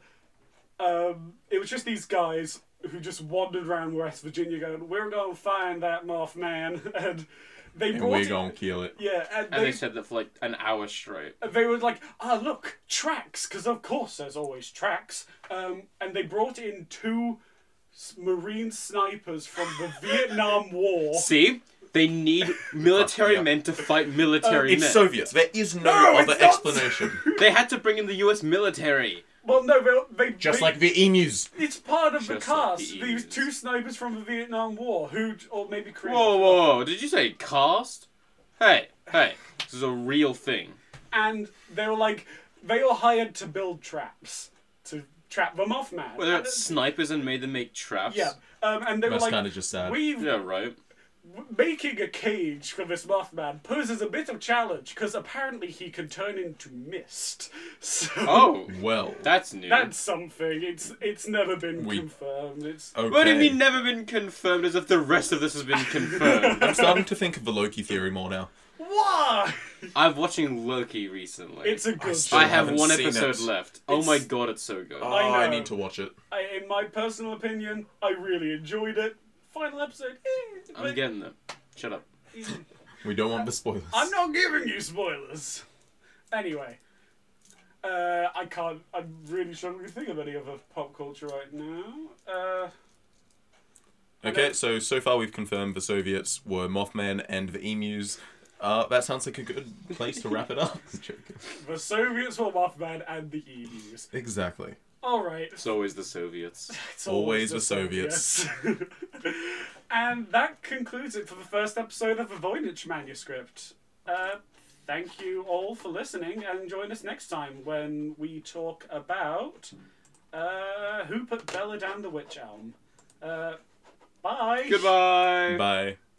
[SPEAKER 1] Um, it was just these guys who just wandered around West Virginia, going, "We're gonna find that Mothman," and they
[SPEAKER 2] And
[SPEAKER 1] brought
[SPEAKER 2] we're
[SPEAKER 1] in-
[SPEAKER 2] gonna kill it.
[SPEAKER 1] yeah, and,
[SPEAKER 3] And
[SPEAKER 1] they,
[SPEAKER 3] they said that for like an hour straight.
[SPEAKER 1] they were like, "Ah, look, tracks," because of course there's always tracks. Um, and they brought in two s- marine snipers from the Vietnam War.
[SPEAKER 3] See? They need military
[SPEAKER 2] Yeah.
[SPEAKER 3] men to fight
[SPEAKER 1] Uh,
[SPEAKER 3] military
[SPEAKER 2] It's
[SPEAKER 3] men.
[SPEAKER 2] Soviets. There is no,
[SPEAKER 1] No, it's
[SPEAKER 2] other
[SPEAKER 1] not.
[SPEAKER 2] explanation.
[SPEAKER 3] They had to bring in the US military.
[SPEAKER 1] Well, no, they, they
[SPEAKER 2] Just
[SPEAKER 1] they-
[SPEAKER 2] like the E emus.
[SPEAKER 1] It's part of the
[SPEAKER 3] Just like
[SPEAKER 1] cast.
[SPEAKER 3] the
[SPEAKER 1] These
[SPEAKER 3] E's.
[SPEAKER 1] two snipers from the Vietnam War, who, or maybe Korea.
[SPEAKER 3] Whoa, whoa, whoa. Did you say cast? Hey, hey. This is a real thing.
[SPEAKER 1] And they were like, they were hired to build traps to trap the Mothman.
[SPEAKER 3] Well, they
[SPEAKER 1] And-
[SPEAKER 3] got snipers and made them make traps.
[SPEAKER 1] yeah, um, and they
[SPEAKER 2] That's
[SPEAKER 1] were
[SPEAKER 2] kind
[SPEAKER 1] like,
[SPEAKER 2] of just sad.
[SPEAKER 1] we
[SPEAKER 3] Yeah, right.
[SPEAKER 1] making a cage for this Mothman poses a bit of challenge because apparently he can turn into mist. So
[SPEAKER 3] Oh,
[SPEAKER 2] Well,
[SPEAKER 3] that's new.
[SPEAKER 1] that's something. It's it's never been
[SPEAKER 2] We- Oh.
[SPEAKER 1] confirmed. It's
[SPEAKER 2] okay.
[SPEAKER 3] What do you mean never been confirmed as if the rest of this has been confirmed?
[SPEAKER 2] I'm starting to think of the Loki theory more now.
[SPEAKER 1] why
[SPEAKER 3] I'm watching Loki recently.
[SPEAKER 1] it's a good.
[SPEAKER 2] still
[SPEAKER 3] I
[SPEAKER 1] show.
[SPEAKER 3] have
[SPEAKER 2] haven't
[SPEAKER 3] one
[SPEAKER 2] seen
[SPEAKER 3] episode
[SPEAKER 2] it.
[SPEAKER 3] left. Oh
[SPEAKER 1] It's-
[SPEAKER 3] my god, it's so good.
[SPEAKER 2] Oh,
[SPEAKER 1] I know.
[SPEAKER 2] I, need to watch it.
[SPEAKER 1] I, in my personal opinion, I really enjoyed it. Final episode. eh,
[SPEAKER 3] I'm
[SPEAKER 1] but-
[SPEAKER 3] getting them. Shut up.
[SPEAKER 2] We don't want the spoilers.
[SPEAKER 1] I'm not giving you spoilers. Anyway, uh, I can't. I'm really struggling to think of any other pop culture right now. Uh,
[SPEAKER 2] Okay, so so far we've confirmed the Soviets were Mothman and the emus. Uh, that sounds like a good place to wrap it up. Joking.
[SPEAKER 1] the Soviets were Mothman and the EUs.
[SPEAKER 2] exactly.
[SPEAKER 1] All right,
[SPEAKER 3] It's always the Soviets.
[SPEAKER 1] it's
[SPEAKER 2] Always the
[SPEAKER 1] Soviets. and that concludes it for the first episode of the Voynich manuscript. Uh, thank you all for listening, and join us next time when we talk about uh, who put Bella down the witch elm. Uh, bye.
[SPEAKER 3] Goodbye.
[SPEAKER 2] Bye.